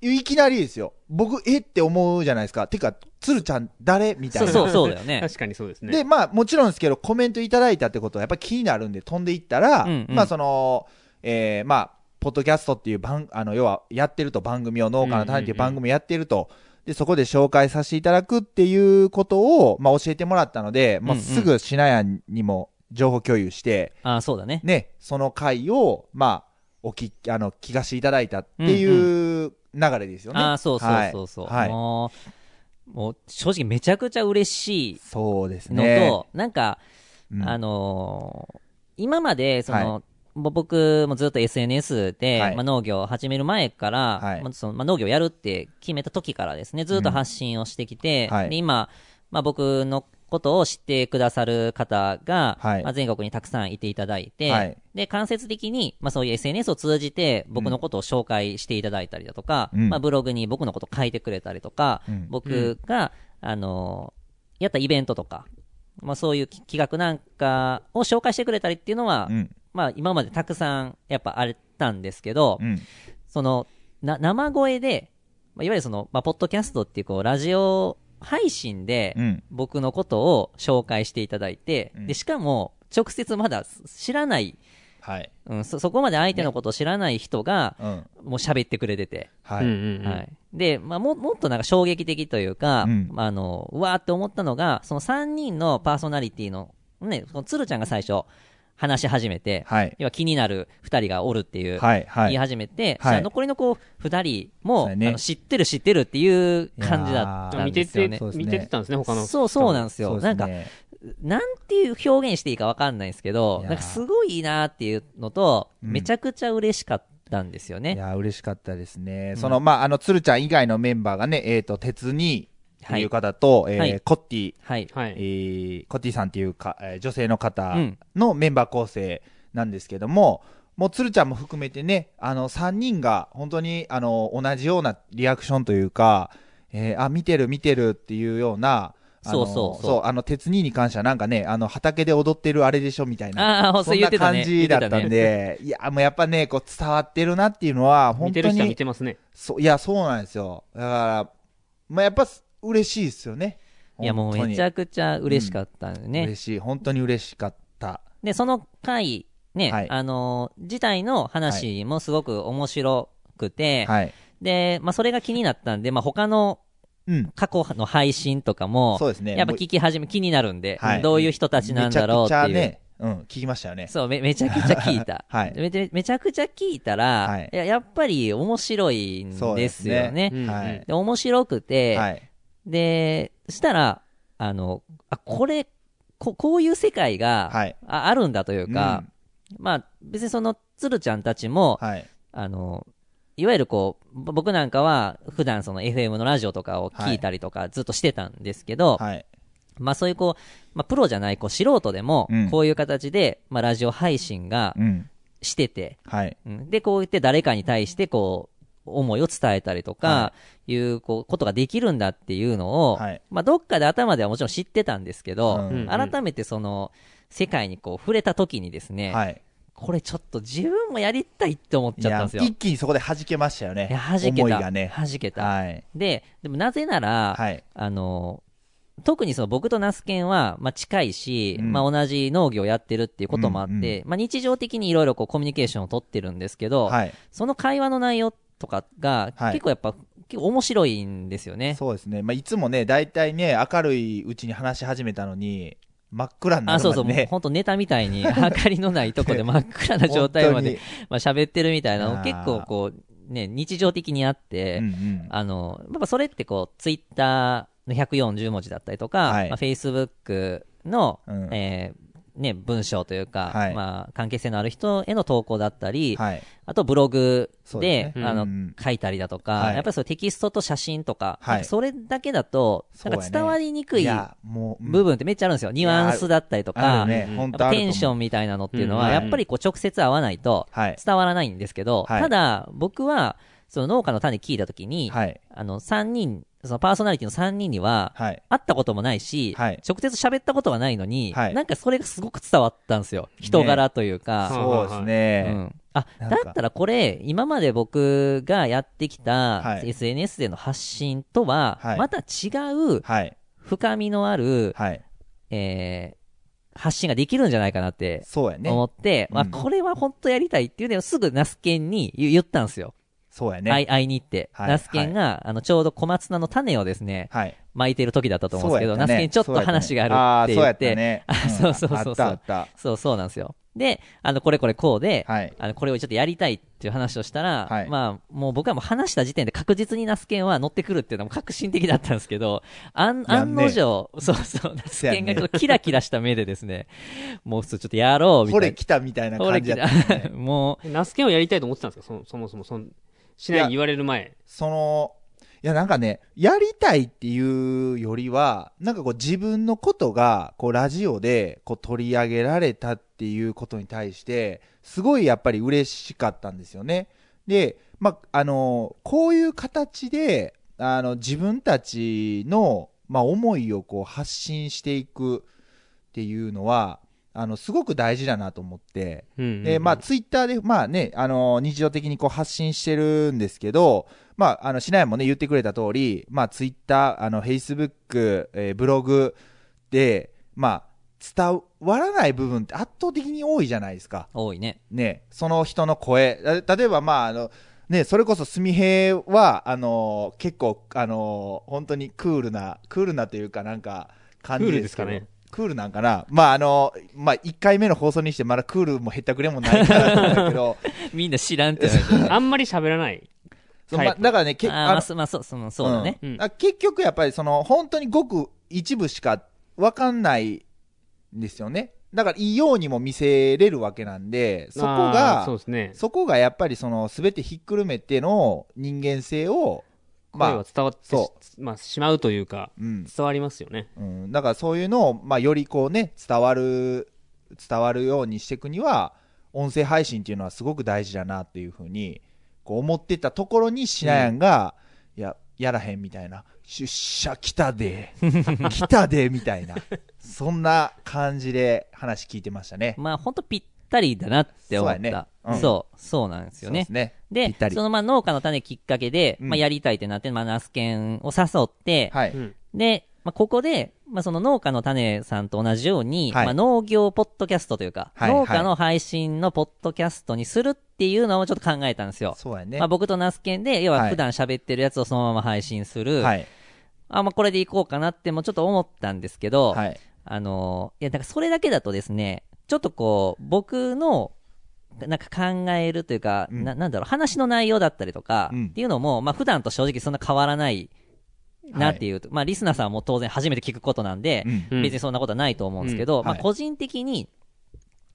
B: いきなりですよ。僕、えって思うじゃないですか。てか、つるちゃん誰みたい
A: そう
B: な。
A: そう、そうだよね。
C: 確かにそうですね。
B: で、まあ、もちろんですけど、コメントいただいたってことは、やっぱり気になるんで、飛んでいったら、
A: うんうん
B: まあ、その、えーまあ、ポッドキャストっていう番、あの、要は、やってると番組を、農家の種っていう番組をやってると、で、そこで紹介させていただくっていうことを、まあ、教えてもらったので、ま
A: う
B: あ、
A: んうん
B: すぐ、しなやんにも情報共有して、
A: あそうだね。
B: ね、その回を、まあ、おき、あの、聞かせていただいたっていう流れですよね。
A: あそうそうそうそう。
B: はい。はい
A: もう、もう正直めちゃくちゃ嬉しい
B: そうです
A: のと、
B: ね。
A: なんか、
B: うん
A: あのー今まで、その、ぼ僕もずっと SNS で、
B: はい
A: まあ、農業を始める前から、
B: はい
A: まあそのまあ、農業やるって決めた時からですね、ずっと発信をしてきて、
B: うんはい
A: で今、まあ、僕のことを知ってくださる方が、
B: はい
A: まあ、全国にたくさんいていただいて、
B: はい
A: で、間接的に、まあ、そういう SNS を通じて僕のことを紹介していただいたりだとか、
B: うん
A: まあ、ブログに僕のこと書いてくれたりとか、
B: うん
A: 僕が、あのーやったイベントとか、まあ、そういう企画なんかを紹介してくれたりっていうのは、
B: うん。
A: まあ、今までたくさんやっぱあったんですけど、
B: うん。
A: そのな生声で、まあ、いわゆるその、まあ、ポッドキャストっていうこうラジオ配信で
B: うん
A: 僕のことを紹介していただいて、
B: うん
A: でしかも直接まだ知らない、
B: はい。
A: うん、そそこまで相手のことを知らない人が、
B: うん。
A: もう喋ってくれてて、
B: はい。
C: うんうんうん
A: はい。で、まあ、ももっとなんか衝撃的というか、
B: うん
A: まあ、あの、うわーって思ったのが、その3人のパーソナリティの、ね、その鶴ちゃんが最初、話し始めて、
B: はい。
A: 要は気になる2人がおるっていう、
B: はい、は
A: 言い
B: い。
A: 始めて、
B: はい
A: そしたら残りのこう2人
B: そう
A: も、
B: やね
A: あの知ってる知ってるっていう感じだったん
C: 見て
A: ですよ
C: て、
A: ね
B: そう。ですね
C: 見ててたんですね、他の。
A: そうそうなんですよ。
B: そうで
A: な
B: す
A: んか、
B: ね
A: なんていう表現していいかわかんないんですけど
B: い、やー
A: なんかすごいいいなっていうのと、
B: うん
A: めちゃくちゃ嬉しかったんですよ
B: い
A: ね。
B: や、嬉しかったですね。その、まあ、あの、つるちゃん以外のメンバーがね、えっと、鉄に、っていう方と、え
A: は
B: ー
A: い
B: コッティ、
A: はい。
C: は
B: え
C: い。
B: ーコッティさんっていうか、えー女性の方
A: うん
B: のメンバー構成なんですけども、もう、つるちゃんも含めてね、あの、3人が、本当に、あの、同じようなリアクションというか、えーあ、見てる見てるっていうような、あの
A: そうそうそう
B: あの、鉄にに関してはなんかね、あの、畑で踊ってるあれでしょみたい
A: あ
B: な。
A: あ、
B: そ
A: そうん言っ
B: な
A: てた
B: 感
A: ね。
B: じだった
A: 言
B: ん
A: て
B: で、いや、もうやっぱね、こう伝わってるなっていうのは、本
C: 見
B: 当
C: てる人は見
B: に、
C: てますね。
B: そういや、そうなんですよ。だから、まあ、やっぱ嬉しいですよね。
A: たねいや、もうめち
B: く
A: ゃくちゃ嬉しかったんでね。
B: 嬉しい、本当に嬉しかった。
A: で、その回、ね、
B: はい
A: あのー自体の話もすごく面白くて、
B: はい。
A: で、まあ、それが気になったんで、まあ、他の
B: うん。
A: 過去の配信とかも、
B: そうですね。
A: やっぱ
B: もう
A: 聞き始め、気になるんで、
B: はい
A: どういう人たちなんだろうっていう。
B: めちゃくちゃね、うん、聞きましたよね。
A: そうめ、 めちゃくちゃ聞いた。
B: はい
A: めめめちゃくちゃ聞いたら、
B: はい
A: いややっぱり面白いん
B: そう
A: で
B: ですす
A: よね。
B: ね
C: うん
B: はい。
A: で面白くて、
B: はい。
A: で、したら、あの、あ、これ、ここういう世界が、
B: はい
A: ああるんだというか、まあ、別にその、つるちゃんたちも、
B: はい。
A: あの、いわゆるこう、ぼ僕なんかは、普段その FM のラジオとかを聞いたりとか、ずっとしてたんですけど、
B: はい。
A: まあそういうこう、まあプロじゃない、こう素人でも
B: う、ん
A: こういう形で、まあラジオ配信が
B: うん。
A: してて、
B: はい。
A: うんで、こう言って誰かに対してこう、思いを伝えたりとか
B: は、
A: いう、こう、ことができるんだっていうのを、
B: はい
A: まあ、どっかで頭ではもちろん知ってたんですけど、
B: うん
A: 改めてその、世界にこう、触れた時にですね、
B: はい。
A: これちょっと自分もやりたいって思っ
B: い
A: ちゃったん
B: や
A: ですよ。
B: 一気にそこで弾けましたよね。
A: いや、弾けた。
B: 思いがね。
A: 弾けた。
B: はい。
A: で、でもなぜなら、
B: はい。
A: あの、特にその僕とナスケンは、まあ、近いし、
B: うん
A: まあ、同じ農業やってるっていうこともあって、
B: うんう
A: まあ、日常的にいろいろこうコミュニケーションを取ってるんですけど、
B: はい。
A: その会話の内容とかが、
B: はい
A: 結構やっぱ、結構面白いんですよね。
B: そうですね。まあ、いつもね、大体ね、明るいうちに話し始めたのに、真っ暗にな
A: あ、
B: る
A: そ
B: ま
A: うそ
B: で
A: う、もう
B: ね。
A: 本当ネタみたい に、明かりのないとこで真っ暗な状態まで、まあ、喋ってるみたいなの
B: あー
A: 結構こう、ね、日常的にあって、
B: 本当に。うん
A: あの、やっぱそれってこう、ツイッターの140文字だったりとか、
B: はい
A: まあ、Facebook の、
B: うん
A: えーね、文章というか、
B: はい
A: まあ、関係性のある人への投稿だったり、
B: うん。はい。
A: あとブログ
B: そう
A: で
B: で、す
C: ね
A: あの、
B: うん
A: 書いたりだとか、
B: はい
A: やっぱりそうテキストと写真とか、な
B: はい
A: んかそれだけだと、なんか伝わりにくい
B: や、もう、うん
A: 部分ってめっちゃあるんですよ。ニュアンスだったりと
B: あ
A: か、
B: るね
C: うん。
B: 本
A: やっ
B: 当
A: ぱ
B: ある
A: テンションみたいなのっていうのは、
B: うん
A: や
B: はい
A: っぱりこう直接合わないと
B: はい
A: 伝わらないんですけど、
B: はい
A: ただ僕は、その農家の種聞いたときに、
B: はい。
A: あの、三人、そのパーソナリティの3人には、
B: はい。
A: 会ったこともないし、
B: はい
A: 直接喋ったことはないのに、
B: はい
A: なんかそれがすごく伝わったんですよ。人柄というか。
B: そうです
A: う
B: ね。
A: ん、あ、
B: な
A: だ
B: んか
A: ったらこれ、今まで僕がやってき
B: は
A: た
B: い
A: SNS での発信とは
B: は、い
A: また違う
B: はい。
A: 深みのある、
B: はい。
A: えー発信ができるんじゃないかなって
B: そうやね。
A: 思って、まあ、
B: うん
A: これは本当やりたいっていうのをすぐナスケンに言言ったんですよ。
B: そうや
A: 会
B: ね。
A: い会いに行って。
B: はい
A: ナスケンが、あの、ちょうど小松菜の種をですね、
B: はい。
A: 巻いてる時だったと思うんですけど、
B: そう
A: ナ
B: やった
A: ス
B: ね
A: ケンちょっと話があるって
B: そう
A: 言
B: や
A: っ
B: った
A: て、
B: ねあー
A: そう やったねあそうそうそうそう
B: あったあった。
A: そうそうなんですよ。で、あの、これこれこうで、
B: はい。
A: あの、これをちょっとやりたいっていう話をしたら、
B: はい
A: まあ、もう僕はもう話した時点で確実にナスケンは乗ってくるっていうのも確信的だったんですけど、あん、
B: やんね
A: 案の定、そうそう、ナスケンが
B: せやね
A: こうキラキラした目でですね、もうちょっとやろうみた
B: こ
A: いな。
B: れ来たみたいな
A: これ
B: 感じ
A: 来
B: や
A: た
B: ったね。
A: もう、
C: ナスケンをやりたいと思ってたんですかそのそもそも、その、しないに言われる前。
B: その、いやなんかね、やりたいっていうよりは、なんかこう自分のことが、こうラジオでこう取り上げられたっていうことに対して、すごいやっぱり嬉しかったんですよね。で、まあ、あの、こういう形で、あの、自分たちの、まあ、思いをこう発信していくっていうのは、あの、すごく大事だなと思って、で、まあ、ツイッターで、まあね、あの日常的にこう発信してるんですけど、まあ、あの、しなやもね、言ってくれた通り、まあ、ツイッター、あの、フェイスブック、えーブログで、まあ、伝わらない部分って圧倒的に多いじゃないですか。
A: 多いね。
B: ね、その人の声、だ例えば、まあ、あの、ね、それこそ、すみへは、あの結構、あの本当にクールな、クールなというか、なんか、感じですけど
C: クールですかね。
B: クールなんかなまあ、あのまあ、1回目の放送にして、まだクールもへったくれもないからなんだけ ど、
A: みんな知らんって言われて。
C: あんまり喋らない。
B: そのま
C: タ
B: あ
C: イプ
B: だからね、
A: あ
B: け
A: ー
B: あ
A: ま
B: の
A: あ、そまあ、そう、その、そうだね。
B: うん
C: うん
B: あ結局やっぱりその本当にごく一部しか分かんないんですよねだからいいようにも見せれるわけなんでそこ
C: あー
B: が
C: そう
B: そ
C: ですね。
B: こがやっぱりその全てひっくるめての人間性をま
C: 声は
B: あ、
C: 伝わってし
B: そ
C: まあ、しまうというか、
B: うん
C: 伝わりますよね。
B: うん、だからそういうのを、まあ、よりこうね伝わる伝わるようにしていくには音声配信っていうのはすごく大事だなっていうふうにこう思ってたところにしなやんが、いややらへんみたいな出社来たで 来たでみたいなそんな感じで話聞いてましたね。
A: まあ、ほんとぴったりだなって思った。
B: そうやねうん
A: そう、そうなんですよね。
B: そうですねぴ
A: で
B: った、り
A: そのまあ農家の種きっかけで、
B: うん
A: まあやりたいってなって、まあナスケンを誘って、
B: は
C: う
B: い、
C: ん
A: で、まあここで、まあその農家の種さんと同じように、
B: はい
A: まあ農業ポッドキャストというか、
B: はい
A: 農家の配信のポッドキャストにするっていうのをちょっと考えたんですよ。
B: そうやね。
A: まあ僕とナスケンで、要は
B: はい
A: 普段喋ってるやつをそのまま配信する、
B: はい、
A: あ、まあこれでいこうかなってもちょっと思ったんですけど、
B: はい、
A: あのーいや、だからそれだけだとですね、ちょっとこう、僕の、なんか考えるというか、
B: うん
A: ななんだろう、話の内容だったりとか、
B: うん
A: っていうのも、まあ普段と正直そんな変わらないなって
B: う。
A: いう、まあリスナーさんも当然初めて聞くことなんで、
B: うん
C: うん
A: 別にそんなことはないと思うんですけど、
B: うん
A: まあ
B: はい
A: 個人的に、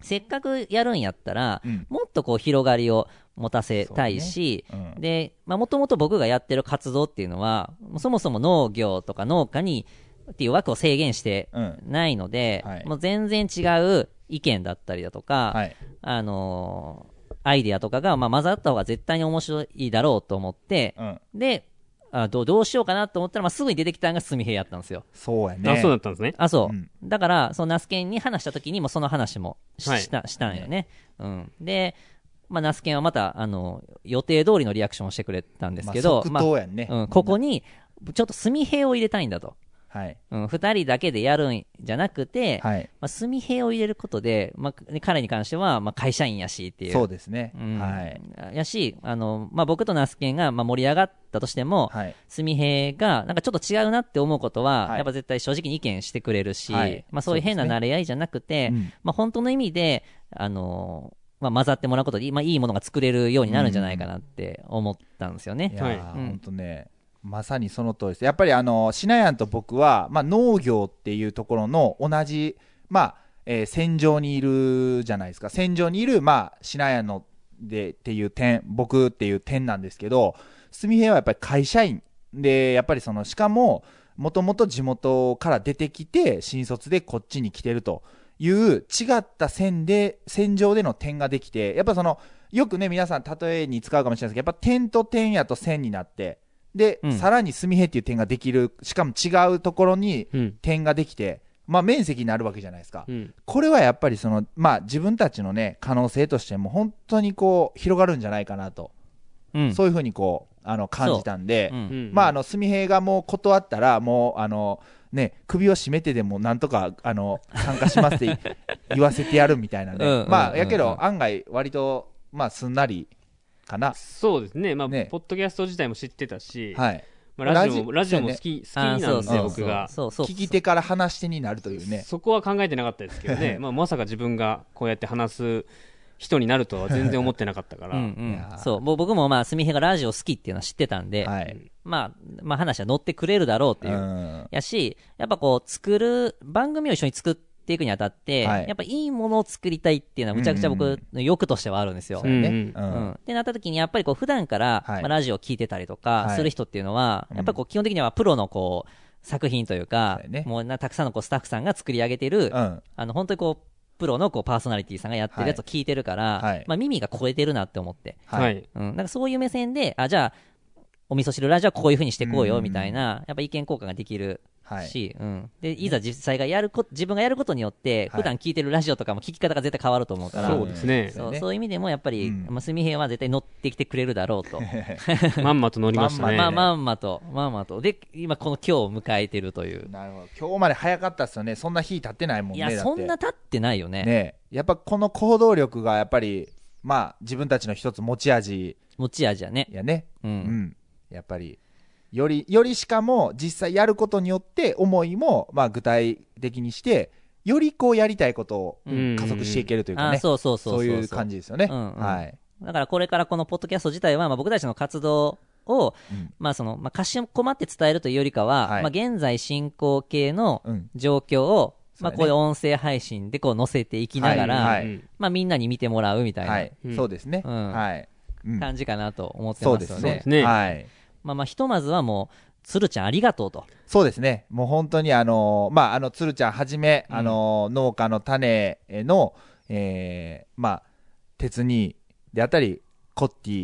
A: せっかくやるんやったら、
B: うん
A: もっとこう広がりを持たせたいし、
B: うん
A: で、まあ、もともと僕がやってる活動っていうのは、そもそも農業とか農家に、っていう枠を制限して
B: うん
A: ないので、
B: はい
A: もう全然違う意見だったりだとか、
B: はい。
A: あのーアイデアとかが、まあ、混ざった方が絶対に面白いだろうと思って、
B: うん。
A: で、あどうどうしようかなと思ったら、まあ、すぐに出てきたのが純平やったんですよ。
B: そうやね。
C: あ、そうだったんですね。
A: あ、そう。
B: うん
A: だから、そのナスケンに話した時にもその話もし,、
C: はい
A: たしたんよね。うん。で、まあ、ナスケンはまた、あの、予定通りのリアクションをしてくれたんですけど、
B: まあ、即答やんね。
A: うん、ここに、ちょっと炭兵を入れたいんだと。
B: はい。
A: うん、二人だけでやるんじゃなくて、
B: はい。
A: まあ、炭兵を入れることで、まあ、彼に関しては、まあ、会社員やしっていう。
B: そうですね。
A: うん
B: はい。
A: やし、あの、まあ、僕とナスケンが、まあ、盛り上がったとしても、
B: はい。
A: すみへが、なんかちょっと違うなって思うことは、
B: はい
A: やっぱ絶対正直に意見してくれるし、
B: はい
A: まあそういう変な
B: そうですね
A: 慣れ合いじゃなくて、
B: うん
A: まあ本当の意味で、あのーまあ混ざってもらうことで、まあいいものが作れるようになるんじゃないかなって思ったんですよ
B: い
A: ね。
B: や
C: はい
B: ー、
A: うん
B: ほんとね、まさにその通りです。やっぱりあの、しなやんと僕は、まあ農業っていうところの同じ、まあ、えー戦場にいるじゃないですか。戦場にいる、まあ、しなやんのでっていう点、僕っていう点なんですけど、すみへはやっぱり会社員。で、やっぱりその、しかも、もともと地元から出てきて、新卒でこっちに来てるという違った線で、線上での点ができて、やっぱその、よくね、皆さん例えに使うかもしれないですけど、やっぱ点と点やと線になって、で、
A: うん
B: さらにすみへっていう点ができる、しかも違うところに
C: うん。
B: 点ができて、まあ面積になるわけじゃないですか。
C: うん。
B: これはやっぱりその、まあ自分たちのね、可能性としても本当にこう、広がるんじゃないかなと、
A: うん。
B: そういうふうにこう、あの、感じたんで、
A: うん
C: うん
B: まあ、あ、の、すみへいがもう断ったら、もう、あの、ね、首を絞めてでも、なんとか、あの、参加しますって 言わせてやるみたいな
A: うんうんうん
B: ね
A: う。ん
B: まあ、やけど、案外、割と、まあ、すんなり、かな。
C: そうですね。まあ、
B: ね
C: ポッドキャスト自体も知ってたし、
B: はい。
C: まあ、
B: ラ
C: ラジオ
B: ジ
C: も、ラジオも好き、好きなんで
A: そうそう
C: 僕が。
A: そうそうそう
B: 聞き手から話し手になるというね。
C: そこは考えてなかったですけどね。まあ、まさか自分がこうやって話す人になるとは全然思ってなかったか
A: う
C: ら。
A: ん
B: いや
A: う
B: ー
A: ん、そうもう僕もまあすみへがラジオ好きっていうのは知ってたんで、
B: はい。
A: まあ、まあ話は乗ってくれるだろうって
B: う。
A: いうんやし、やっぱこう、作る、番組を一緒に作っていくにあたって、
B: はい
A: やっぱいいものを作りたいっていうのは、むちゃくちゃ
B: うんうん
A: 僕の欲としてはあるんですよ。
B: そううんやね。う
C: う
B: ん
A: ってなった時に、やっぱりこう、普段から、
B: はい
A: まあラジオを聞いてたりと
B: は
A: か
B: い
A: する人っていうのは、やっぱりこう、基本的にはプロのこう、作品というか
B: そうやね、
A: もうな、たくさんのこう、スタッフさんが作り上げてる
B: う、ん。
A: あの、本当にこう、プロのこう、パーソナリティさんがやってるやつを聞いてるから、
B: はい
A: まあ、耳が超えてるなって思って。
C: は
B: はいい。
A: うん、なんかそういう目線で、あ、じゃあ、お味噌汁ラジオはこういう風にしてこう
B: うんうん
A: よ、
B: うん
A: みたいな、やっぱ意見交換ができる
B: はい。
A: し、うん。で、いざ実際がやるこ、自分がやることによって、
B: はい
A: 普段聞いてるラジオとかも聞き方が絶対変わると思うから、
C: そうですね
A: そう
B: ね
A: そういう意味でもやっぱり、
B: うん
A: まあ、すみへは絶対乗ってきてくれるだろう と。
C: まんまと乗りました
B: まん
C: ね。
A: まあ、まんまと、まんまと。で、今この今日を迎えてるという。
B: なるほど。今日まで早かったっすよね。そんな日経ってないもん
A: い
B: ね。だっ
A: や、
B: て
A: そんな経ってないよね。
B: ね。やっぱこの行動力が、やっぱり、まあ、自分たちの一つ持ち味
A: 持ち味やね。
B: やね。
A: う。
B: うんん、やっぱりよりよりしかも実際やることによって思いも、まあ、具体的にしてよりこうやりたいことを
A: うん
B: 加速していけるというか
A: あ
B: ね、
A: ーそうそうそう
B: そういう感じですよね、
A: うんうん
B: はい、
A: だからこれからこのポッドキャスト自体は、まあ、僕たちの活動を、
B: うん
A: まあその、まあ、かしこまって伝えるというよりかは、
B: はい
A: まあ、現在進行形の
B: うん
A: 状況を、まあ、
B: そうやね
A: こういう音声配信でこう載せていきながら、
B: はいはい
C: うん
A: まあ、みんなに見てもらうみたいな、
B: はい
C: うん
B: そうですね、
A: うん
B: はい、うん
A: 感じかなと思って
B: そう
A: ま
B: です
A: よ
B: す
A: ね。
B: ね
C: そうですね
B: はい、
A: まあまあ、ひとまずはもう、つるちゃんありがとうと。
B: そうですね。もう本当にあのーまあ、あの、つるちゃんはじめ、あのー農家の種の、えーまあ、鉄にであったり、コッティ、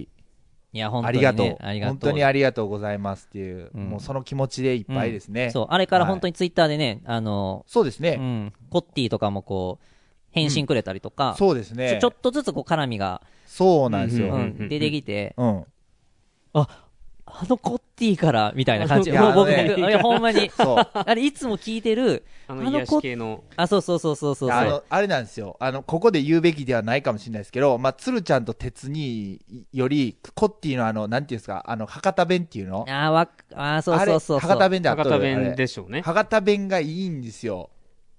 A: いや、本当
B: あ
A: に、
B: り
A: ね。
B: がとう
A: ありがとう。
B: 本当にありがとうございますっていう、
A: うん
B: もうその気持ちでいっぱいですね。
A: そう、あれから本当にツイッターでね、あの、
B: そうです
A: う
B: ね。
A: ん、コッティとかもこう、返信くれたりとか、
B: そうです
A: ちょ
B: ね。
A: ちょっとずつこう絡みが、
B: そうなんです
A: う
B: よ。うんん。
C: うん
A: 出てきて、あのコッティから、みたいな感じ。
B: あ
A: も
B: の
A: う僕、
B: いやあの
A: 僕、いや、ほんまに。
B: そう。
A: あれ、いつも聞いてる、
C: あ
A: あ
C: の
A: の
C: 癒し系の。
A: あ、そうそうそう そうそうそ
B: あ
A: う。
B: の、あれなんですよ。あの、ここで言うべきではないかもしれないですけど、まあ、つるちゃんと鉄により、コッティのあの、なんていうんですか、あの、博多弁っていうの
A: あー、わっ、あー、そうそうそう
B: あ
A: そ
B: れ博多
A: う。
B: 弁であっ
C: 博
B: とる
C: 多
B: あれ
C: 弁でしょうね。
B: 博多弁がいいんですよ。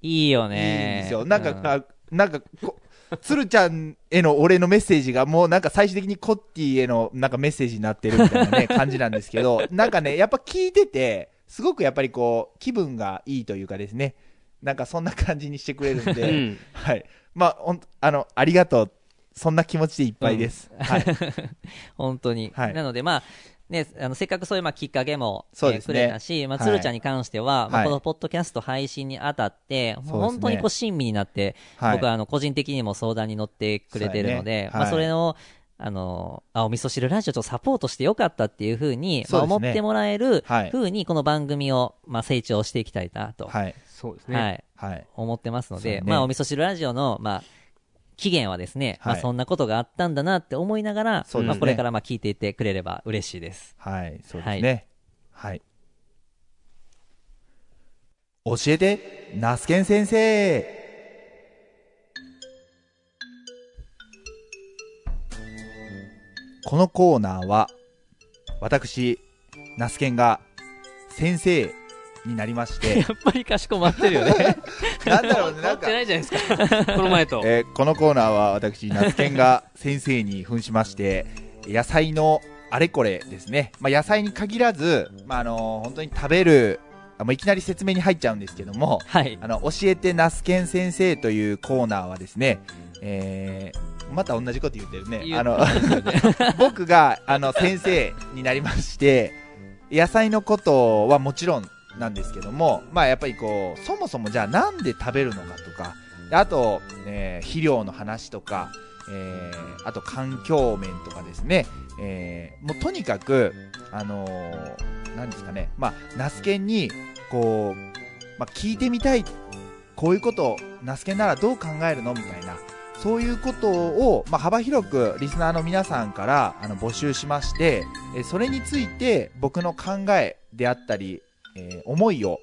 A: いいよ
B: いいん
A: ね。
B: ですよ。なんか、
A: う
B: あなんかこ、 鶴ちゃんへの俺のメッセージがもうなんか最終的にコッティへのなんかメッセージになってるみたいなね、感じなんですけど、なんかね、やっぱ聞いてて、すごくやっぱりこう、気分がいいというかですね、なんかそんな感じにしてくれるん
C: う
B: で、
C: ん。
B: はい。まあ、ほん、あの、ありがとう。そんな気持ちでいっぱいです。はい。
A: 本当に。
B: はい
A: なので、まあ、ね、あのせっかくそういうまあきっかけも、
B: そうですね
A: くれたし、まあ、
B: はい
A: 鶴ちゃんに関しては、まあ、
B: はい
A: このポッドキャスト配信にあたって、もう
B: そうですね
A: 本当にこう親身になって、
B: はい
A: 僕はあの個人的にも相談に乗ってくれてるので、
B: そうやねはい
A: まあ、それを、あのあお味噌汁ラジオちょっとサポートしてよかったっていうふうに、まあ、
B: そうですね
A: 思ってもらえる
B: はい
A: ふうに、この番組を、まあ、成長していきたいなと、は
B: はい。
C: そうです
A: い
C: ね。
B: はい。
A: 思ってますの
B: そう
A: で、
B: ね
A: まあ、お味噌汁ラジオの、まあ、期限はですね、
B: はい
A: まあ、そんなことがあったんだなって思いながら、
B: そうですね
A: まあ、これからまあ聞いていってくれれば嬉しいです。
B: はい。そうですね。はい。教えて、ナスケン先生。このコーナーは、私、ナスケンが先生になりま して、
A: やっぱりかしこまってるよね。
B: なんだろうね、
C: 変
B: な
C: わ
B: ん
C: っ
B: か
C: て、ないじゃないですか。この前と。
B: えーこのコーナーは私、夏研が先生に扮しまして、 野菜のあれこれですね。まあ、野菜に限らず、まあ、あの本当に食べる、あもういきなり説明に入っちゃうんですけども、
A: はい。
B: あの、教えてナスケン先生というコーナーはですね、えーまた同じこと言ってるね。
C: 言う
B: あの、 僕が、あの、先生になりまして、野菜のことはもちろんなんですけども、まあやっぱりこう、そもそもじゃあなんで食べるのかとか、であと、えー肥料の話とか、えーあと環境面とかですね、えーもうとにかく、あのーなんですかね、まあ、ナスケンに、こう、まあ、聞いてみたいこういうことをナスケンならどう考えるのみたいなそういうことを、まあ、幅広くリスナーの皆さんからあの募集しましてえーそれについて僕の考えであったり、えー思いを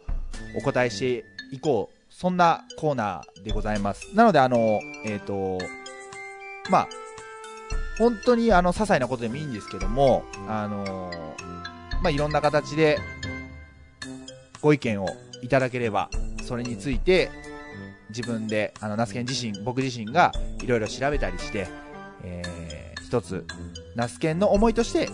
B: お答えしていこうそんなコーナーでございますなのであのえっ、とまあ本当にあの些細なことでもいいんですけどもあのまあいろんな形でご意見をいただければそれについて自分であのナスケン自身僕自身がいろいろ調べたりして、えー一つナスケンの思いとして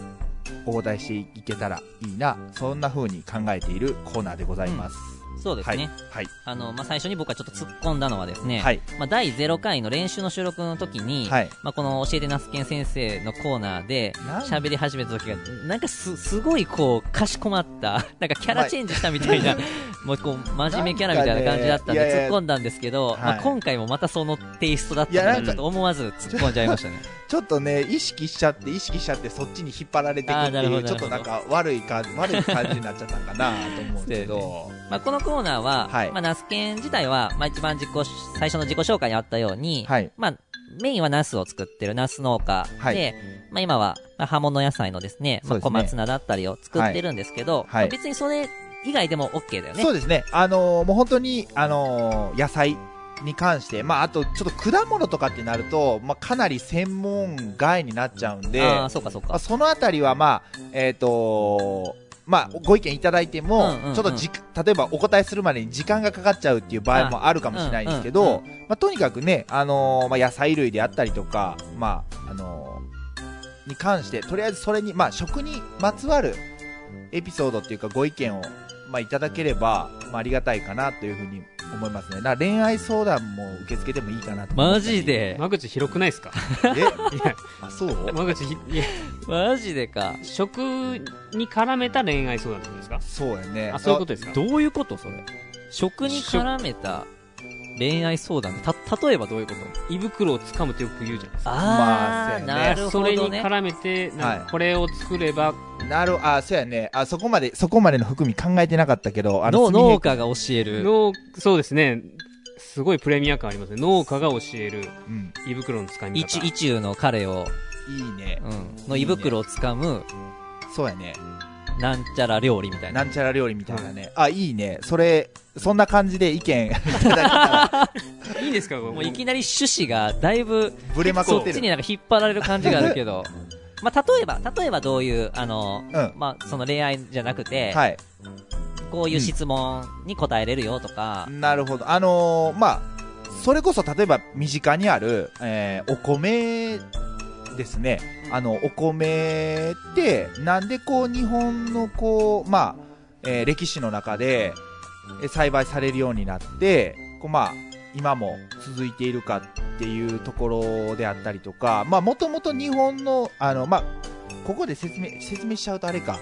B: お答えしていけたらいいなそんな風に考えているコーナーでございます、
A: そうですね。
B: はい
A: あの、まあ、最初に僕がちょっと突っ込んだのはですね、
B: はい
A: まあ、第0回の練習の収録の時に、
B: はい
A: まあ、この教えてナスケン先生のコーナーで
B: なん
A: 喋り始めた時が、なんかす、すごいこう、かしこまった、 なんかキャラチェンジしたみたいな、 もうこう、真面目キャラみたいな感じだったんで
B: なんかねいやい
A: 突っ
B: や
A: 込んだんですけど、
B: はい
A: まあ、今回もまたそのテイストだった
B: いや
A: の
B: な
A: で、
B: ん
A: ちょ
B: か
A: っと思わず突っ込んじゃいましたね。
B: ちょっとね意識しちゃって意識しちゃってそっちに引っ張られてく
A: あ
B: っ
A: ー
B: て
A: なるほ
B: い
A: ど
B: うちょっとなんか悪い か悪い感じになっちゃったかなと思うんですけど、
A: まあ、このコーナーは、
B: はい
A: まあ、ナスケン自体は、まあ、一番自己、最初の自己紹介にあったように、
B: はい
A: まあ、メインはナスを作ってるナス農家で、
B: はい
A: まあ、今は、まあ、葉物野菜のですね、ま
B: そ
A: あ、
B: うですね
A: 小松菜だったりを作ってるんですけど、
B: はいはい
A: まあ別にそれ以外でも OK だよね。
B: そうですね。あのーもう本当に、あのー野菜に関して、まあ、あと、ちょっと果物とかってなると、まあ、かなり専門外になっちゃうんで、
A: ああ、そうかそう
B: まあ、
A: か。
B: そのあたりは、まあ、えっ、とまあ、ご意見いただいても、
A: うんうんうん
B: ちょっとじ例えばお答えするまでに時間がかかっちゃうっていう場合もあるかもしれないですけ
A: うんうん
B: ど、まあ、とにかくね、あのーまあ、野菜類であったりとか、まあ、あのーに関して、とりあえずそれに、まあ、食にまつわるエピソードっていうかご意見を、まあ、いただければ、まあ、ありがたいかなというふうに思いますね。だから恋愛相談も受け付けてもいいかなと思いま
A: マ
B: すね
A: ジで、
C: 間口広くないですか
B: え
C: いや、
B: あ、そう
C: 間口ひ、いや、
A: マジでか。
C: 食に絡めた恋愛相談ってことですか
B: そうやね。
C: あ、そういうことですか
A: どういうことそれ。食に絡めた恋愛相談た、例えばどういうこと
C: 胃袋を掴むってよく言うじゃないですか。
B: まあ
A: あー、
B: そうやね
A: なるほ
C: それに
A: どね。
C: 絡めて、なん
B: は
C: か
B: い
C: これを作れば、
B: なるあそうやねあそこまでそこまでの含み考えてなかったけどあ
A: の
B: すみへ
A: 農家が教える。
C: 農そうですね。すごいプレミア感ありますね。農家が教える
B: うん、
C: 胃袋の使い
A: 一、
C: 方。
A: 一中の彼を、
B: いいね
A: うん、の胃袋をつかむ、
B: そうやね
A: なんちゃら料理みたいな。
B: なんちゃら料理みたいなね、あいいねそれそんな感じで意見いただけた ら
C: いいですかこれ
A: もういきなり趣旨がだいぶ、
B: ぶれまく
A: そ
B: っ
A: ってちに
B: る
A: なんか引っ張られる感じがあるけど。まあ、例えば、例えばどういう、あの、
B: うん
A: まあ、その恋愛じゃなくて、
B: はい
A: こういう質問に答えれるよとか、
B: なるほどあのーまあそれこそ例えば身近にある、えーお米ですね。あの、お米って、なんでこう、日本のこう、まあ、えー歴史の中で、えー栽培されるようになって、こう、まあ、今も続いているかっていうところであったりとか、まあ、もともと日本の、あの、まあ、ここで説明、説明しちゃうとあれか。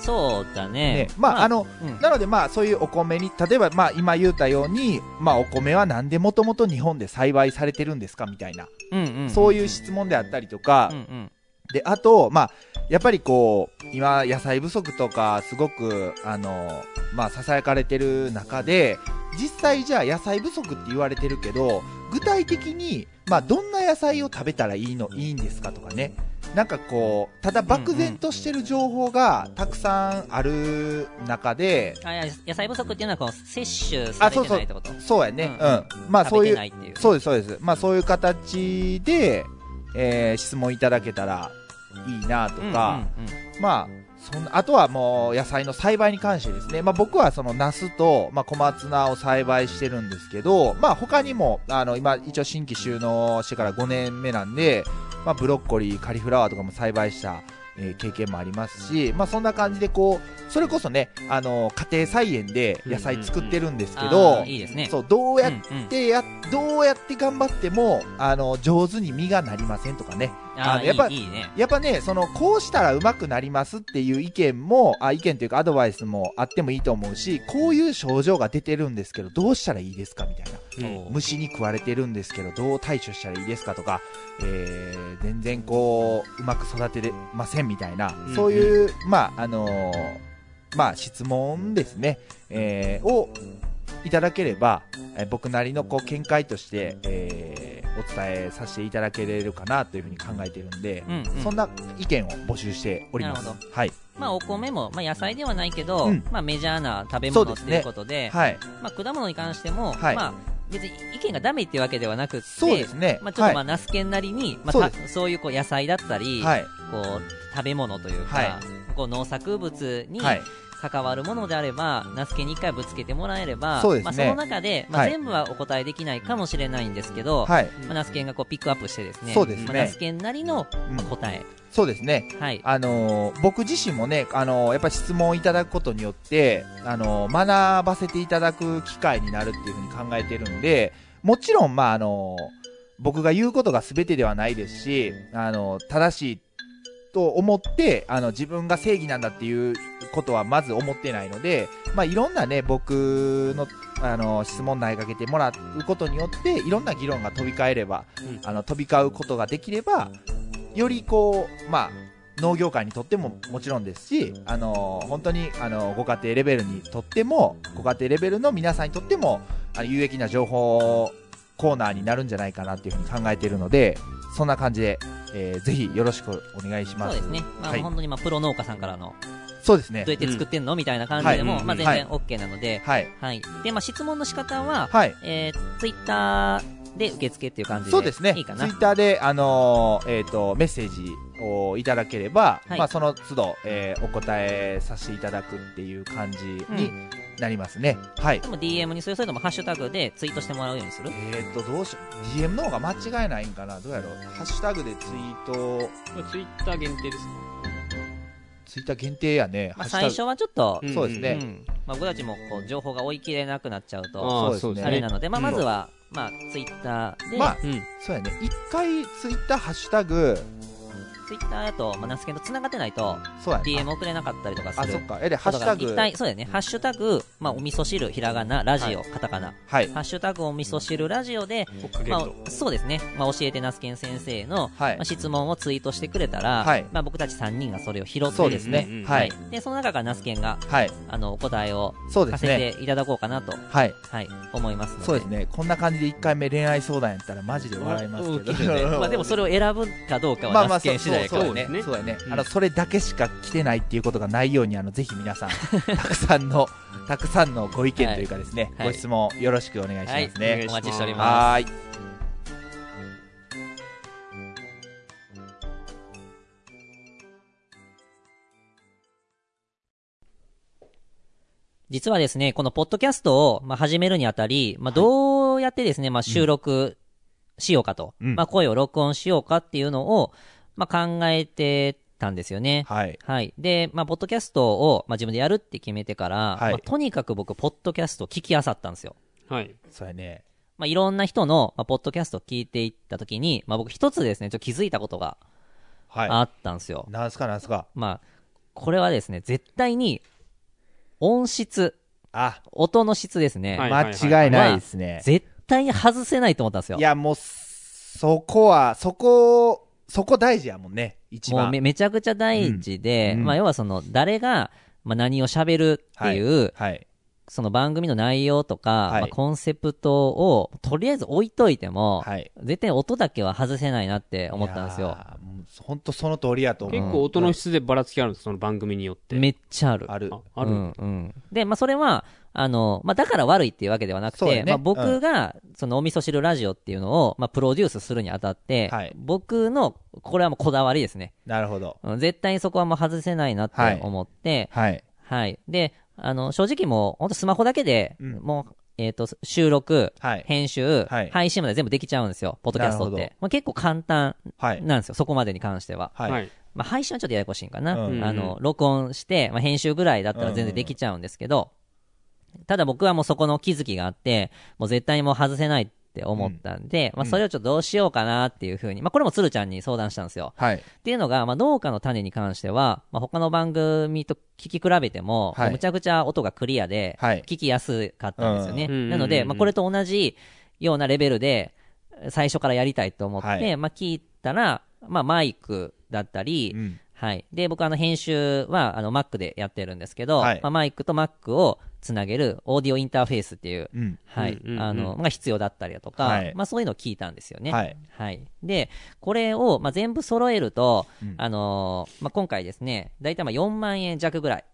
A: そうだね
B: ね。。まあ、あ
A: の、
B: の、
A: うん
B: なのでまあそういうお米に例えばまあ今言ったようにまあお米はなんでもともと日本で栽培されてるんですかみたいな、
A: うんうんうん
B: そういう質問であったりとか、
A: うんうん。
B: であとまあやっぱりこう今野菜不足とかすごくあのまあささやかれてる中で実際じゃあ野菜不足って言われてるけど具体的にまあどんな野菜を食べたらいいのいいんですかとかねなんかこうただ漠然としてる情報がたくさんある中で、
A: あいや野菜不足っていうのはこう摂取されてないってこと
B: そうやね、
A: うん
B: うん、まあそ
A: 食
B: う
A: べ
B: い
A: て
B: う
A: ないっていう
B: そうですそうですまあそういう形で、えー質問いただけたらいいなとか、
A: うんうんうん
B: まあそんなあとはもう野菜の栽培に関してですね、まあ、僕はそのナスと、まあ、小松菜を栽培してるんですけど、まあ、他にもあの今一応新規収納してから5年目なんで、まあ、ブロッコリーカリフラワーとかも栽培した、えー経験もありますし、まあ、そんな感じでこうそれこそねあの家庭菜園で野菜作ってるんですけど、
A: あーいいですね
B: そうどうやっ
A: うんうん
B: てや、どうやって頑張ってもあの上手に実がなりませんとかね
A: あー
B: あのやっぱ
A: いいいいね
B: やっぱねそのこうしたらうまくなりますっていう意見もあ意見というかアドバイスもあってもいいと思うしこういう症状が出てるんですけどどうしたらいいですかみたいな
C: うん
B: 虫に食われてるんですけどどう対処したらいいですかとか、えー全然こううまく育てれませんみたいな、
C: うん
B: そういうまああのーまあ質問ですね、えーをいただければ、えー僕なりのこう見解として、えーお伝えさせていただけれるかなというふうに考えてるんで、
A: うんうん
B: そんな意見を募集しております
A: なるほ。
B: はい、
A: まあお米も、まあ、野菜ではないけど、
B: うん
A: まあ、メジャーな食べ
B: そう
A: 物
B: で
A: っ
B: す
A: て
B: ね
A: いうことで
B: はい、
A: まあ、果物に関しても、
B: はい
A: まあ、別に意見がダメっていうわけではなくって
B: そうですね。
A: まあ、ちょっとま
B: は
A: あナスケンなりに、まあ、
B: そう
A: た
B: で
A: そういうこう野菜だったり、
B: い、はい、
A: こう食べ物というか、
B: は
A: こう農作物に
B: はい、
A: 関わるものであれば、ナスケに一回ぶつけてもらえれば
B: そうですね
A: まあ、その中で、まあ、
B: はい
A: 全部はお答えできないかもしれないんですけど、
B: はい、
A: まあ、ナスケンがこうピックアップしてですね
B: そうですね
A: まあ、ナスケンなりの、
B: うん
A: まあ、答え、
B: そうですね。
A: はい、
B: あのー僕自身もね、あのーやっぱり質問をいただくことによって、あのー学ばせていただく機会になるっていうふうに考えてるんで、もちろん、まあ、あのー僕が言うことが全てではないですし、あのー正しいと思って、あの、自分が正義なんだっていうことはまず思ってないので、まあ、いろんなね、僕の、あのー質問投げかけてもらうことによって、いろんな議論が飛び交えれば、
C: うん
B: あの、飛び交うことができれば、よりこう、まあ、農業界にとってももちろんですし、あのー本当に、あのーご家庭レベルにとってもご家庭レベルの皆さんにとってもあの有益な情報コーナーになるんじゃないかなっていうふうに考えているのでそんな感じで、えーぜひよろしくお願いし
A: そ
B: ま
A: う
B: す
A: ですね、まあ
B: はい
A: 本当にまあプロ農家さんからの
B: そうですね
A: どうやって作ってんの、みたいな感じでも、
C: はい
A: まあ、全
B: は
A: 然
B: い
A: OK なので、
B: はい
A: はい。で、まあ、質問の仕方は、
B: はい
A: えー、ツイッターで受付っていう感じで。
B: そうですね
A: いいか
B: ツ
A: な
B: イ。ッターで、あのーえっとメッセージをいただければ、
A: はい
B: まあ、その都度、えーお答えさせていただくっていう感じに
A: うん
B: なりますね、はい
A: でも DM にそれそれともハッシュタグでツイートしてもらうようにする
B: えーっと、どうしよう。DM の方が間違いないんかなどうやろう。ハッシュタグでツイート、
C: ツイッター限定です
B: ツイッター限定やね。
A: まあ、
B: ハッシュタ
A: 最
B: グ
A: 初はちょっと、
C: うん
B: そうです
A: う
B: ね。
A: ん。まあ、僕たちもこう情報が追いきれなくなっちゃうと、
C: あ
B: そ
C: そうう
B: で
C: ですす
A: あ
B: ね
A: れな
C: ね
A: ので、まあ、まずは、まあ、ツイッターで、
B: まあ、
C: うん
B: そうやね。一回ツイッター、ハッシュタグ、
A: ツイッターだと、まあ、ナスケンと繋がってないと、
B: そうやね。
A: DM 送れなかったりとかす
B: あ、あそ
A: る
B: っ。か。え、で、ハ
A: こ
B: ッシ
A: と
B: ュ
A: が
B: タグ
A: 一。体、そうだよね。ハッシュタグ、まあ、お味噌汁、ひらがな、ラジオ、カタカナ。
B: はい。
A: ハッシュタグお味噌汁ラジオで、
C: 追っかける
A: ま
C: と
A: あ、そうですね、まあ、教えてナスケン先生の、
B: はい
A: まあ、質問をツイートしてくれたら、
B: はい
A: まあ、僕たち3人がそれを拾っ
B: そ
A: て
B: うで
A: ですす
B: ね
A: ね、。
C: うん
B: はい。
A: でその中からナスケンが
B: はい。
A: あのお答えを
B: そうで
A: さ
B: す
A: せ
B: ね。
A: ていただこうかなと、
B: はい。
A: はい、思いますので
B: そうですね。こんな感じで一回目恋愛相談やったらマジで笑いますけ
C: お起きるね
B: ど。
A: まあ、でもそれを選ぶかどうか
B: まあ
A: は
B: ま
A: ナ
B: あ、
A: スケ
B: そう
A: ン次第やから
B: そうそうだ
C: そうで
B: ね。そ
C: す
B: う
C: ね
B: だね。
C: うん
B: あの、それだけしか来てないっていうことがないように、あの、ぜひ皆さん、たくさんの、たくさんのご意見というかですね、
A: はい
B: ご質問よろしくお願いしま
A: はい
B: すね。
A: お待ちしております
B: はーい。
A: 実はですねこのポッドキャストを、まあ、始めるにあたり、まあ、どう、うやってですね、まあ、収録しようかと、
B: うん
A: まあ、声を録音しようかっていうのを、まあ、考えてたんですよね。
B: はい。
A: はい。で、まあ、ポッドキャストを、まあ、自分でやるって決めてから、
B: はい
A: まあとにかく僕、ポッドキャストを聞きあさったんですよ。
C: はい。
B: そうやね。
A: まあ、いろんな人の、まあ、ポッドキャストを聞いていったときに、まあ、僕一つですね、ちょっと気づいたことがあ
B: は
A: ったんですよ。
B: い。なんすかなんすか。
A: まあ、これはですね、絶対に、音質、
B: あ、
A: 音の質ですね。
C: はい
B: 間違いないですね。
A: 絶対に外せないと思ったんですよ。
B: いや、もう、そこは、そこ、そこ大事やもんね。一
A: もう
B: 番
A: め。めちゃくちゃ大事で、
B: うんうん
A: まあ、要はその、誰が、まあ、何を喋るっていう、
B: はい。
A: その番組の内容とか、
B: はい
A: まあ、コンセプトを、とりあえず置いといても、
B: はい。
A: 絶対音だけは外せないなって思ったんですよ。
B: よ。本当その通りやと思う。
C: 結構音の質でばらつきあるんです、その番組によって。
A: めっちゃある。
B: ある。
C: あある、
A: うんうん、で、まあ、それは、あの、まあ、だから悪いっていうわけではなく
B: そうだ
A: て、
B: よね
A: まあ、僕が、そのお味噌汁ラジオっていうのを、まあ、プロデュースするにあたって、
B: はい
A: 僕の、これはもうこだわりですね。
B: なるほど。
A: うん絶対にそこはもう外せないなって思って、
B: はい。
A: はい。で、あの、正直もう、ほんとスマホだけで、
B: うん
A: もう、えっ、と、収録、
B: はい。
A: 編集、
B: はい
A: 配信まで全部できちゃうんですよ、ポッドキャストっ
B: なるほ
A: て。まあ、結構簡単
B: はい。
A: なんですよ、そこまでに関しては。
B: は。
C: はいい。
A: まあ、配信はちょっとややこしいんかな、
B: うん
A: あの録音して、まあ、編集ぐらいだったら全然できちゃうんですけど、ただ僕はもうそこの気づきがあってもう絶対にもう外せないって思ったんで、まあ、それをちょっとどうしようかなっていうふうに、まあ、これも鶴ちゃんに相談したんですよ
B: はい。
A: っていうのが、まあ、農家の種に関しては、まあ、他の番組と聞き比べても、
B: はい
A: むちゃくちゃ音がクリアで、
B: はい
A: 聞きやすかったんですよね、
C: うんうん
A: なの
C: うんう
A: で、
C: ん
A: まあ、これと同じようなレベルで最初からやりたいと思って、
B: はい
A: まあ、聞いたら、まあ、マイクだったり、
B: うん。
A: はい。で、僕、あの、編集は、あの、Mac でやってるんですけど、
B: はい
A: まあ、マイクと Mac をつなげるオーディオインターフェースっていう、
B: うん。
A: はい、
C: うんうんうん
A: あの、が必要だったりだとか、
B: はい
A: まあ、そういうのを聞いたんですよね。
B: はい。
A: はい。で、これを、まあ、全部揃えると、
B: うん
A: あのーまあ、今回ですね、だいたいまあ4万円弱ぐらい。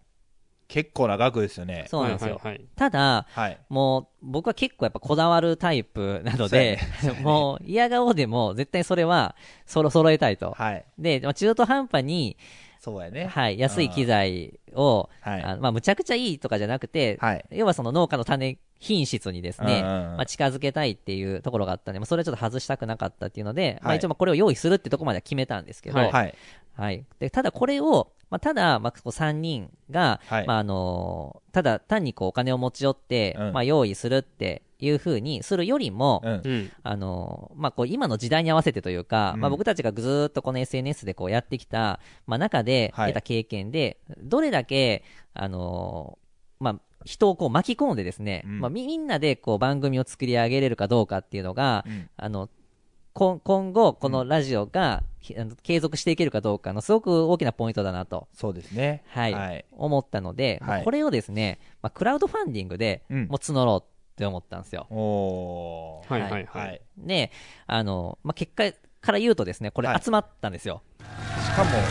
B: 結構な額ですよね。
A: そうなんですよ。
C: はいはいはい
A: ただ、
B: はい。
A: もう、僕は結構やっぱこだわるタイプなので、 もう、嫌顔でも絶対それは、そろ、揃えたいと。
B: はい。
A: で、まあ、中途半端に、
B: そうやね。
A: はい、安い機材を、
B: はい。
A: あのまあ、むちゃくちゃいいとかじゃなくて、
B: はい
A: 要はその農家の種品質にですね、
B: うんうんうん
A: まあ、近づけたいっていうところがあったんで、まあ、それはちょっと外したくなかったっていうので、ま
B: は
A: あ、
B: い
A: 一応まあこれを用意するってとこまでは決めたんですけど、
C: はい
B: はい。
A: はいでただこれを、まあ、ただ、まあ、こう3人が、
B: はい
A: まああのーただ単にこうお金を持ち寄って、
B: うん
A: まあ、用意するっていうふうにするよりも、
B: うん。
C: うん。
A: あのーまあ、こう今の時代に合わせてというか、
B: うん
A: まあ、僕たちがずーっとこの SNS でこうやってきた、まあ、中で
B: はい
A: 得た経験で、どれだけ、あのーまあ、人をこう巻き込んでですね、
B: うん
A: まあ、みみんなでこう番組を作り上げれるかどうかっていうのが、
B: うん
A: あの今今後、このラジオが、きあの継続していけるかどうかのすごく大きなポイントだなと、
B: そうですね。
A: はい
B: はい。
A: 思ったので、
B: はい
A: まあこれをですね、まあ、クラウドファンディングで
B: うん
A: もう募ろうって思ったんですよ。
B: おー。
C: はいはいは。
B: はいい。
A: で、あの、まあ、結果から言うとですね、これ
B: はい
A: 集まったんですよ。
B: しかも、
A: はい。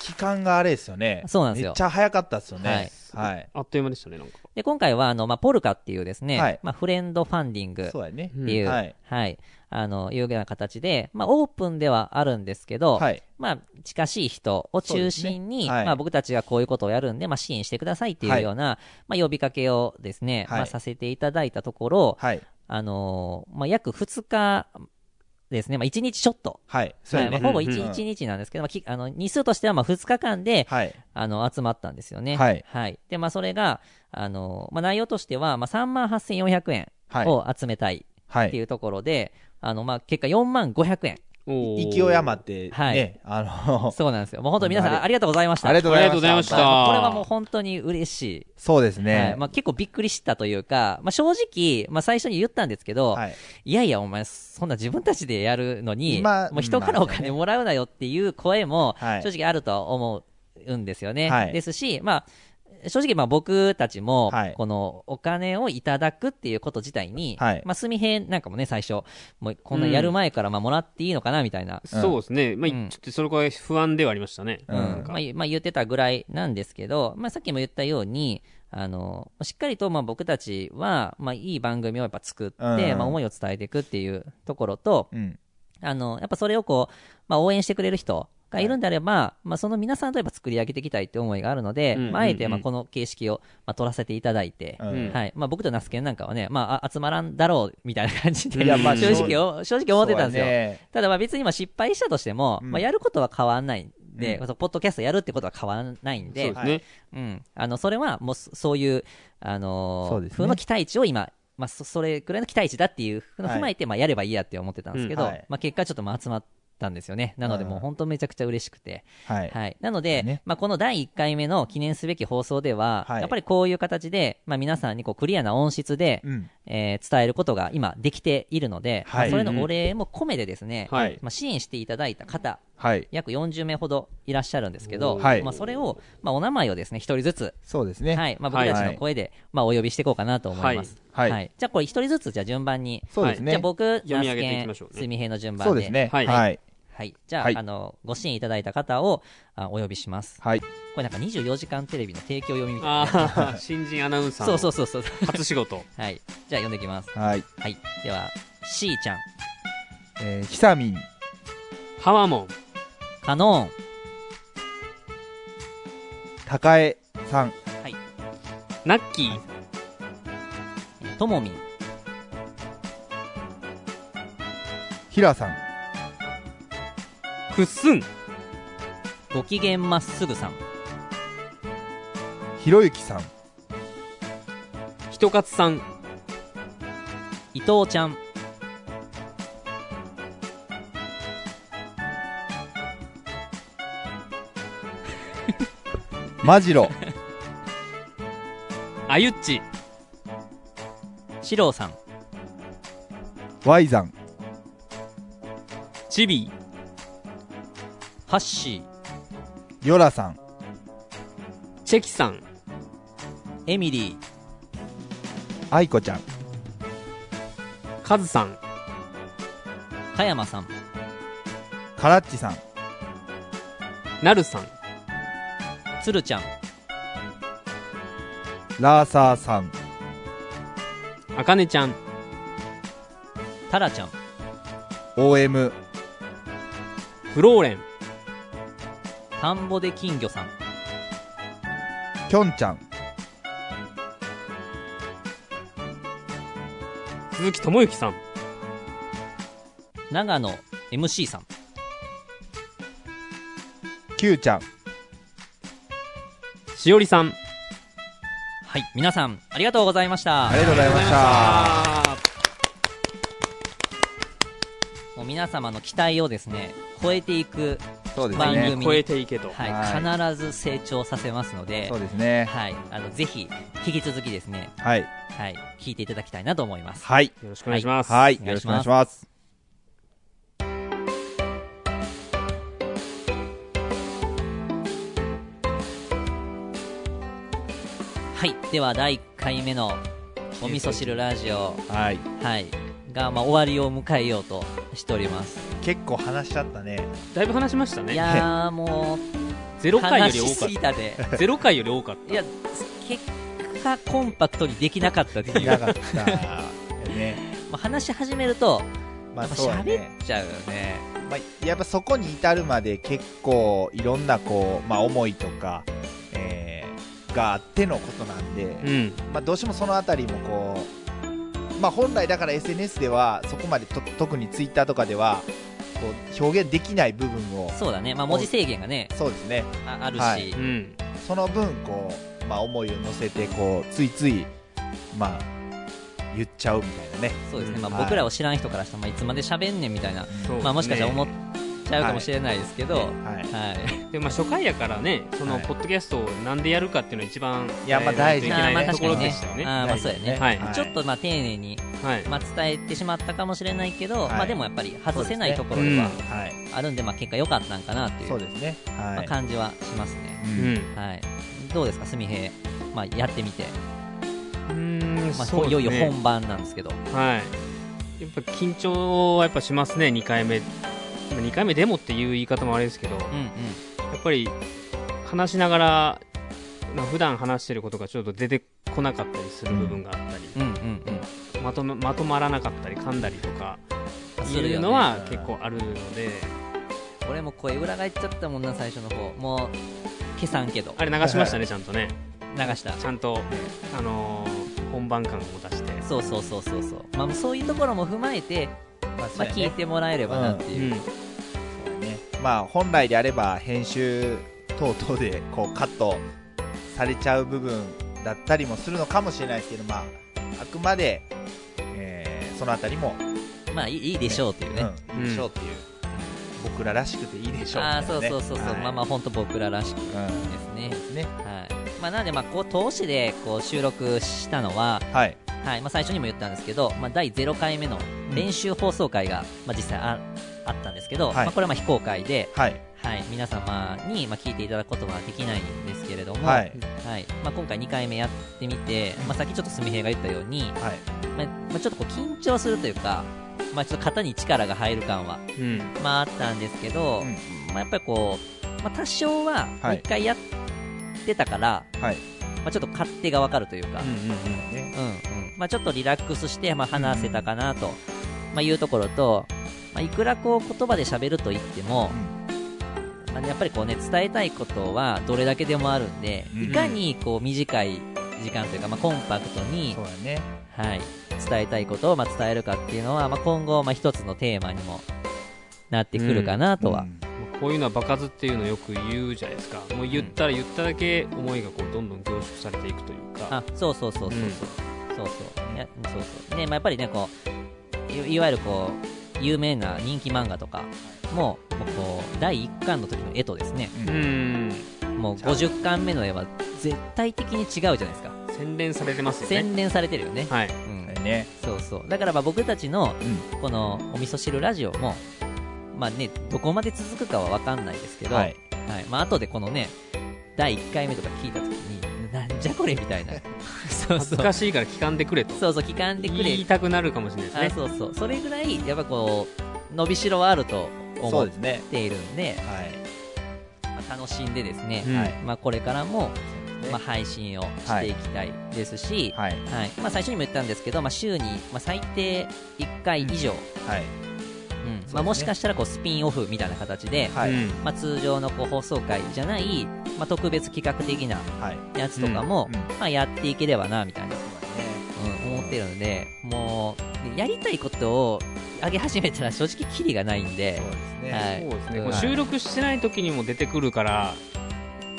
B: 期間があれですよね。
A: そうなんですよ
B: めっちゃ早かったですよね。はい。
C: あっという間でしたね、なんか。
A: で、今回は、あの、まあ、ポルカっていうですね、
B: はい
A: まあ、フレンドファンディングっ
B: そうやね。
A: ていう、
B: うんは
A: はいい、あの、いうような形で、まあ、オープンではあるんですけど、
B: はい。
A: まあ、近しい人を中心
B: そうで
A: に、
B: すねはい
A: まあ、僕たちがこういうことをやるんで、まあ、支援してくださいっていうような、まあ、呼びかけをですね、
B: はい
A: まあ、させていただいたところ、
B: はい。
A: あのーまあ、約2日ですね、まあ、1日ちょっと、
B: はい。そうや
A: はい
B: ね。
A: まあ、ほぼ
C: うんうん
B: うん
A: 1, 一日なんですけど、まあき、あの日数としてはまあ2日間で、
B: はい。
A: あの、集まったんですよね。
B: はい
A: で、まあ、それが、あの、まあ、内容としては、まあ、3万8400円
B: はい
A: を集めたい
B: は
A: って
B: い。
A: いうところで、あの、まあ、結果4万500円。
C: おー
B: 勢山って、
A: は
B: ね
A: い、
B: あの、
A: そうなんですよ。もう本当に皆さ
B: あれ
A: んありがとうございました。
B: ありが
A: と
B: とうございました。
C: ありがとうご
A: うこ
C: ざいました
A: れはもう本当に嬉しい。
B: そうです
A: は
B: ね
A: い。まあ、結構びっくりしたというか、まあ、正直、まあ、最初に言ったんですけど、
B: はい。
A: い、やいや、お前、そんな自分たちでやるのに、
B: まあ
A: もう人からお金もらうなよっていう声も
B: は、い
A: 正直あると思うんですよね。
B: はい
A: ですし、まあ、正直、まあ、僕たちも
B: はい、
A: このお金をいただくっていうこと自体に、
B: はい
A: まあ、すみへんなんかもね、最初、もうこんなやる前から、まあ、もらっていいのかな、みたいな。
C: そうですね。まあ、
A: うん
C: ちょっとそれが不安ではありましたね。
A: うん
C: なん
A: ま
C: か
A: あ、いまあ言ってたぐらいなんですけど、まあ、さっきも言ったようにあのしっかりとまあ僕たちは、まあ、いい番組をやっぱ作って、
B: うん
A: まあ、思いを伝えていくっていうところと
B: うん。
A: あのやっぱそれをこう、まあ、応援してくれる人がいるんであれば、まあ、その皆さんとやっぱ作り上げていきたいって思いがあるので、
C: うん
A: まあ、あえてまあ
C: うん
A: この形式を、まあ、取らせていただいて、
B: うん
C: うん
A: はいまあ、僕とナスケンなんかはね、まあ、あ集まらんだろうみたいな感じで、
C: いやまあ
A: 正直を正直思ってたんですよ。
B: そうやね
A: ただまあ別にまあ失敗したとしても、
B: うん
A: まあ、やることは変わんないんで、
B: うん
A: そのポッドキャストやるってことは変わんないん
C: そう
A: で
C: で、すね。
A: うん、あのそれはもうそそういう、あのー
B: そうですね
A: 風の期待値を今、まあ、そそれくらいの期待値だっていうのを踏まえて、まあ、やればいいやって思ってたんですけど、
B: うんはい
A: まあ、結果ちょっとまあ集まったんですよねなので
B: うん
A: もう本当めちゃくちゃ嬉しくて、
B: はい。
A: はい、なので、
B: ね
A: まあ、この第1回目の記念すべき放送では、
B: はい
A: やっぱりこういう形で、まあ、皆さんにこうクリアな音質で、
B: うん。
A: えー伝えることが今できているので、
B: は
A: ま
B: い
A: あそれのお礼も込めてですね、
C: はい
A: まあ、支援していただいた方
B: はい。
A: 約40名ほどいらっしゃるんですけど、
B: はい
A: まあ、それを、まあ、お名前をですね一人ずつ
B: そうですね。
A: はい。まあ、僕たち
B: は
A: の
B: い
A: 声で、まあ、お呼びしていこうかなと思います。
B: はい
A: じゃあ、これ一人ずつ、じゃあ順番に。
B: そうですね。
A: じゃあ僕、
C: 読み上げていきましょうね
A: ナスケン水平の順番で。
B: そうですね。
C: は
B: はいい。はい。
A: はい。じゃあ、
B: はい
A: あの、ご支援いただいた方をあお呼びします。
B: はい。
A: これなんか24時間テレビの提供読みみたいな。
C: ああ、新人アナウンサー。
A: そうそうそうそう。
C: う。初仕事。
A: はい。じゃあ、読んでいきます。
B: はい。
A: はい。では、しーちゃん、
B: えー、ひさみん、
C: ハワモン。
A: カノーン、
B: たかえさん、
C: ナッキー。
A: えーともみん、
B: ひらさん、
C: クッスン。
A: ご機嫌まっすぐさん、
B: ひろゆきさん、
C: ひとかつさん。
A: 伊藤ちゃん、
B: まじろ、
C: あゆっち。
A: シローさん、
B: ワイザン、
C: チビ。
A: ハッシ
B: よらさん、
C: チェキさん。
A: ー、エミリー、
B: あいこちゃん、
C: カズさん。
A: 加山さん、
B: カラッチさん、
C: なるさん。
A: つるちゃん、
B: ラーサーさん、
C: あかねちゃん。
A: タラちゃん、
B: OM、
C: フローレン。
A: 田んぼで金魚さん、
B: きょんちゃん、
C: 鈴木智之さん。
A: 長野 MC さん
B: きゅうちゃん、
C: しおりさん。
A: はい皆さんありがとうございました
B: ありがとうございました。
A: もう皆様の期待をですね超えていく、
B: そうです
A: 番
B: ね。
A: 組
C: 超えていけと。
A: はい
B: は
A: 必ず成長させますので
B: そうですね。
A: はい、あのぜひ引き続きですね、
B: はい。
A: はい、聞いていただきたいなと思います
B: はい。
C: よろしくお願いします。
B: はい。
A: お
B: よ
A: 願い
B: ろ
A: します
B: しくお願いします。
A: はいでは第1回目の「お味噌汁ラジオ
B: はい。」
A: はいが、まあ、終わりを迎えようとしております
B: 結構話しちゃったね。
C: だいぶ話しました
A: い
C: ね。
A: やーもう
C: ゼロ回よ
A: 話
C: り
A: し
C: 多か
A: す
C: っ
A: ぎたで
C: た。ゼロ回より多かっ
A: いや結果コンパクトにできなかったっていう
B: なかった。ね。
A: まあ話し始めると、や
B: まあ
A: っぱ
B: そうやね。
A: 喋っちゃうよね。
B: まあ、やっぱそこに至るまで結構いろんなこう、まあ、思いとか、えーがあってのことなんで、
C: た。うん。
B: まあ、どうしてもそのあたりもこう、まあ、本来だから SNS ではそこまでと特に Twitter とかではこう表現できない部分を
A: そうだね。まあ文字制限がね、
B: そうですね
A: ああるし、
B: は
C: う
B: い
C: ん。
B: その分こう、まあ、思いを乗せてこうついつい、まあ、言っちゃうみたいなね、
A: そうですね。ま
B: うん
A: あ僕らを知らん人からしたら、まあいつまで喋んねんみたいな、
C: そう
A: まあもしかしたら思っ
C: ね
A: ちゃうかもしれないですけど、は
B: はい、
A: い。
C: でもまあ初回やからね、その
B: はい
C: ポッドキャストをなんでやるかっていうのが一番
B: いやまあ大事
C: や
B: な
C: ら
A: ま
C: な
A: あ
C: いと
A: 確
C: いけ
A: か
C: ないところ
A: に
C: で
A: ね
C: したよ。ね。
A: あーまあそうやね。
C: はい
A: ちょっとまあ丁寧に、
C: はい。
A: まあ伝えてしまったかもしれないけど、
B: はい
A: まあでもやっぱり外せないと
B: そう
A: こ
C: です
A: ろ
C: ね
A: では
B: はい、
A: あるんで、まあ結果良かったんかなっていう
B: そうですね、
A: ま
B: は
A: あ
B: い
A: 感じはしますね。
B: う
C: うんん。
A: はい。どうですか、すみへい。まあやってみて、
C: うん、
A: まあ
C: そうですね
A: いよいよ本番なんですけど、
C: はい。やっぱ緊張はやっぱしますね、2回目。2回目でもっていう言い方もあれですけど、
A: うんうん。
C: やっぱり話しながら、まあ、普段話してることがちょっと出てこなかったりする部分があったり、
A: うんうんうん。
C: まとめまとまらなかったり噛んだりとか
A: す
C: い
A: るよ
C: う
A: ね
C: のは結構あるので、
A: 俺も声裏返っちゃったもんな最初の方もう消さんけど
C: あれ流し ましたね、ちゃんとね。
A: 流した
C: ちゃんと、あのー本番感を出して。
A: そうそうそうそうそうまあそういうところも踏まえてまあ聞いてもらえればなって
C: う
A: い
C: ん
A: う、。
B: ねまあ本来であれば編集等々でこうカットされちゃう部分だったりもするのかもしれないですけど、まあ、あくまで、えーそのあたりも、
A: まあいいいいでしょうっていうね
B: うん、いいでしょうっていう、僕ららしくていいでしょう
A: ああそうそうそうそう、
B: はい
A: まあまあ本当僕ららしくで
B: う
A: すね
B: ん、ね
A: はいまあなのでまあこう投資でこう収録したのは、
B: はい
A: はいまあ、最初にも言ったんですけど、まあ、第0回目の練習放送会が、まあ、実際ああったんですけど、
B: はい
A: まあ、これはまあ非公開で、
B: はい
A: はい、皆様にまあ聞いていただくことはできないんですけれども、
B: はい
A: はいまあ、今回2回目やってみて、まあ、さっきちょっとすみへいが言ったように、
B: はい
A: まあまあ、ちょっとこう緊張するというか、まあ、ちょっと肩に力が入る感は、
C: うん。
A: まあ、あったんですけど、
B: うん
A: まあ、やっぱりこう、まあ、多少は
B: はい
A: 1回やってたから、
B: はい
A: まあ、ちょっと勝手が分かるというか、
B: ね
A: うんうんまあ、ちょっとリラックスして、まあ、話せたかなと、まあ、いうところと、まあ、いくらこう言葉で喋ると言っても、まあやっぱりこう、ね、伝えたいことはどれだけでもあるんで、
B: うん
A: いかにこう短い時間というか、まあ、コンパクトに
B: そう、だね
A: はい、伝えたいことをまあ伝えるかっていうのは、まあ、今後、まあ、一つのテーマにもなってくるかなとは、
B: うん
C: まあこういうのは爆発っていうのよく言うじゃないですか。もう言ったら言っただけ思いがこうどんどん凝縮されていくというか。
A: あそうそうそうそうそう、そうそういやそうそうねまあ、やっぱりねこういいわゆるこう有名な人気漫画とかももうこう第1巻の時の絵とですね
B: う
C: うんん。
A: もう50巻目の絵は絶対的に違うじゃないですか
C: 洗練されてますよね。
A: 洗練されてるよね、
C: はい。
A: うん
B: ね
A: そうそうだからまあ僕たちのこのお味噌汁ラジオもまあねどこまで続くかは分かんないですけど、
B: はい
A: はいまあ後でこのね第1回目とか聞いた時になんじゃこれみたいなそう
C: 恥
A: そ
C: ず
A: う
C: かしいから聞かんでくれと。
A: そうそう聞かんでくれ
C: 言いたくなるかもしれない
A: あ
C: ですね。
A: そうそうそれぐらいやっぱこう伸びしろはあると
B: そ
A: 思っ
B: うですね
A: ているんで
B: はい
A: まあ、楽しんでですね、
C: うん
B: はい
A: まあ、これからも、
B: ね
A: まあ、配信をしていきたいですし、
B: はい
A: はいまあ、最初にも言ったんですけど、まあ、週に、まあ、最低1回以上、
B: はい
A: うん
B: す
A: まあ、
B: ね
A: もしかしたらこうスピンオフみたいな形で、
B: はい
C: うん
A: まあ、通常のこう放送回じゃない、まあ、特別企画的な
B: はい
A: やつとかも、
B: うんうん
A: まあ、やっていければなみたいな、
B: そ
A: うん、思ってるのでもうやりたいことを上げ始めたら正直キリがないんで
B: うですね
A: はい
C: そうですね、
A: うん
C: こう収録してない時にも出てくるから、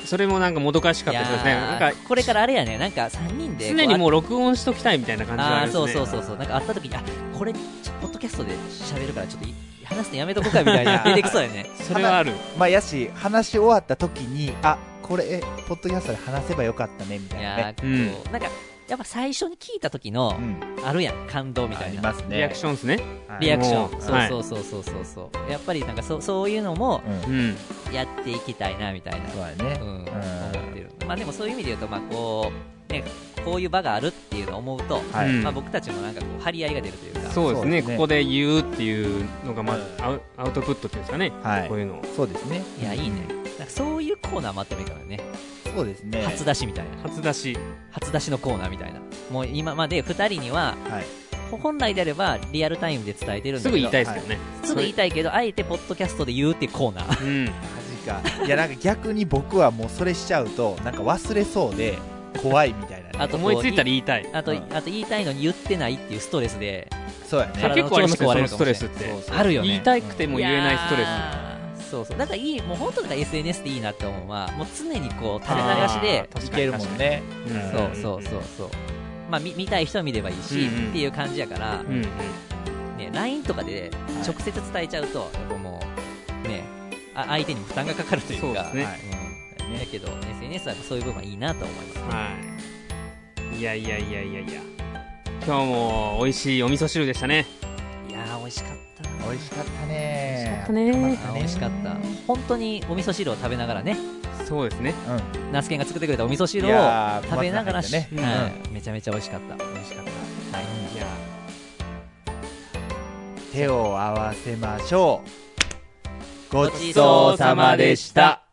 C: それもなんかもどかしかったですね、
A: いや
C: な
A: ー
C: んか
A: これからあれやねなんか3人で
C: 常にも
A: う
C: う録音しときたいみたいな感じが
A: あ
C: あ
A: あ
C: り
A: ーそ
C: ます
A: う
C: ね。
A: そうそうそうなんかあった時にあこれちょポッドキャストで喋るからちょっとい話すのやめとこうかみたい な出てきそうやね
C: それはある、
B: まあ、やし、話し終わった時に、あこれ、えポッドキャストで話せばよかったねみた
A: い
B: いなね
A: や。ーこうなんかやっぱ最初に聞いた時の
B: うん、
A: あるやん感動みた
B: あ
A: い
B: り
A: な
B: ますね。
C: リアクションですね。
B: はい
A: リアクシ
C: もう
A: ョ
C: は
A: ン
C: い
A: そうそうそうそうそうそうやっぱりなんかそうそういうのも
B: うん、
C: うん、
A: やっていきたいなみたいな
B: そうだね
A: う。ん思ってるまあでもそういう意味で言うとまあこうねこういう場があるっていうのを思うと
B: はい、
C: うん
A: まあ僕たちもなんかこう張り合いが出るというか
C: そうで
B: そう
C: すね
B: ですね
C: ここで言うっていうのが、ま
B: うん
C: あアウアウトプットっていうんですかね、
B: はい
C: こういうのを
B: そうですね。
A: いやいいねなんかそういうコーナーもあってもいいからね
B: そうですね。
A: 初出しみたいな
C: 初出し、
A: 初出しのコーナーみたいなもう今まで2人には
B: はい、
A: 本来であればリアルタイムで伝えてるん
C: す
A: だ
C: ぐ
A: け
C: 言
A: ど
C: いたいですけどね、
A: すぐ言いたいけどあえてポッドキャストで言うっていうコーナー
C: うん、
B: マジか。いや、なんか逆に僕はもうそれしちゃうと、なんか忘れそうで、怖いみたいな、ね。
A: あとこう
C: 思いついたら言いたい、
A: あと,、
B: うん
A: あと言いたいのに言ってないっていうストレスで
B: そうや
A: 体
B: ね。
A: の
C: 結構あります
A: 調子壊
C: よ、そ
A: れ
C: の
A: る
C: ストレスって、
B: そうそう
A: あるよね
C: 言いたくても言えないストレス、
A: スそうそうだからいいもう本当だから SNS でいいなって思うのはもう常にこう垂れ流しで
C: あー
B: いけるもん、ね。
C: 確かに確
A: そ
C: か
A: う
C: に
A: そうそうそうまあ見見たい人は見ればいいし、
C: うんうん
A: っていう感じやから、
C: うんうん
A: ね、LINE とかで直接伝えちゃうと、やっぱもう、ね、あ相手にも負担がかかるというか、
C: そうですね
B: はい
A: うんだけど、SNS はそういう部分はいいなと思います。
C: はい。いやいやいやいやいや。今日も美味しいお味噌汁でしたね。
A: いやー、美味しかったな
B: 美味しかったね。
C: 美味しかったね
B: 温ま
A: あー美味しかった。本当にお味噌汁を食べながらね、
C: そうですね。
B: う
A: ナスケンが作ってくれたお味噌
B: ん。
A: 汁
B: い
A: を
B: やー
A: 食べながらし、
B: ね。うん
A: はいめちゃめちゃ美味しかった。
B: 美味しかった。
A: はい
C: いや、
B: 手を合わせましょう。ご
A: ちそうさまでした。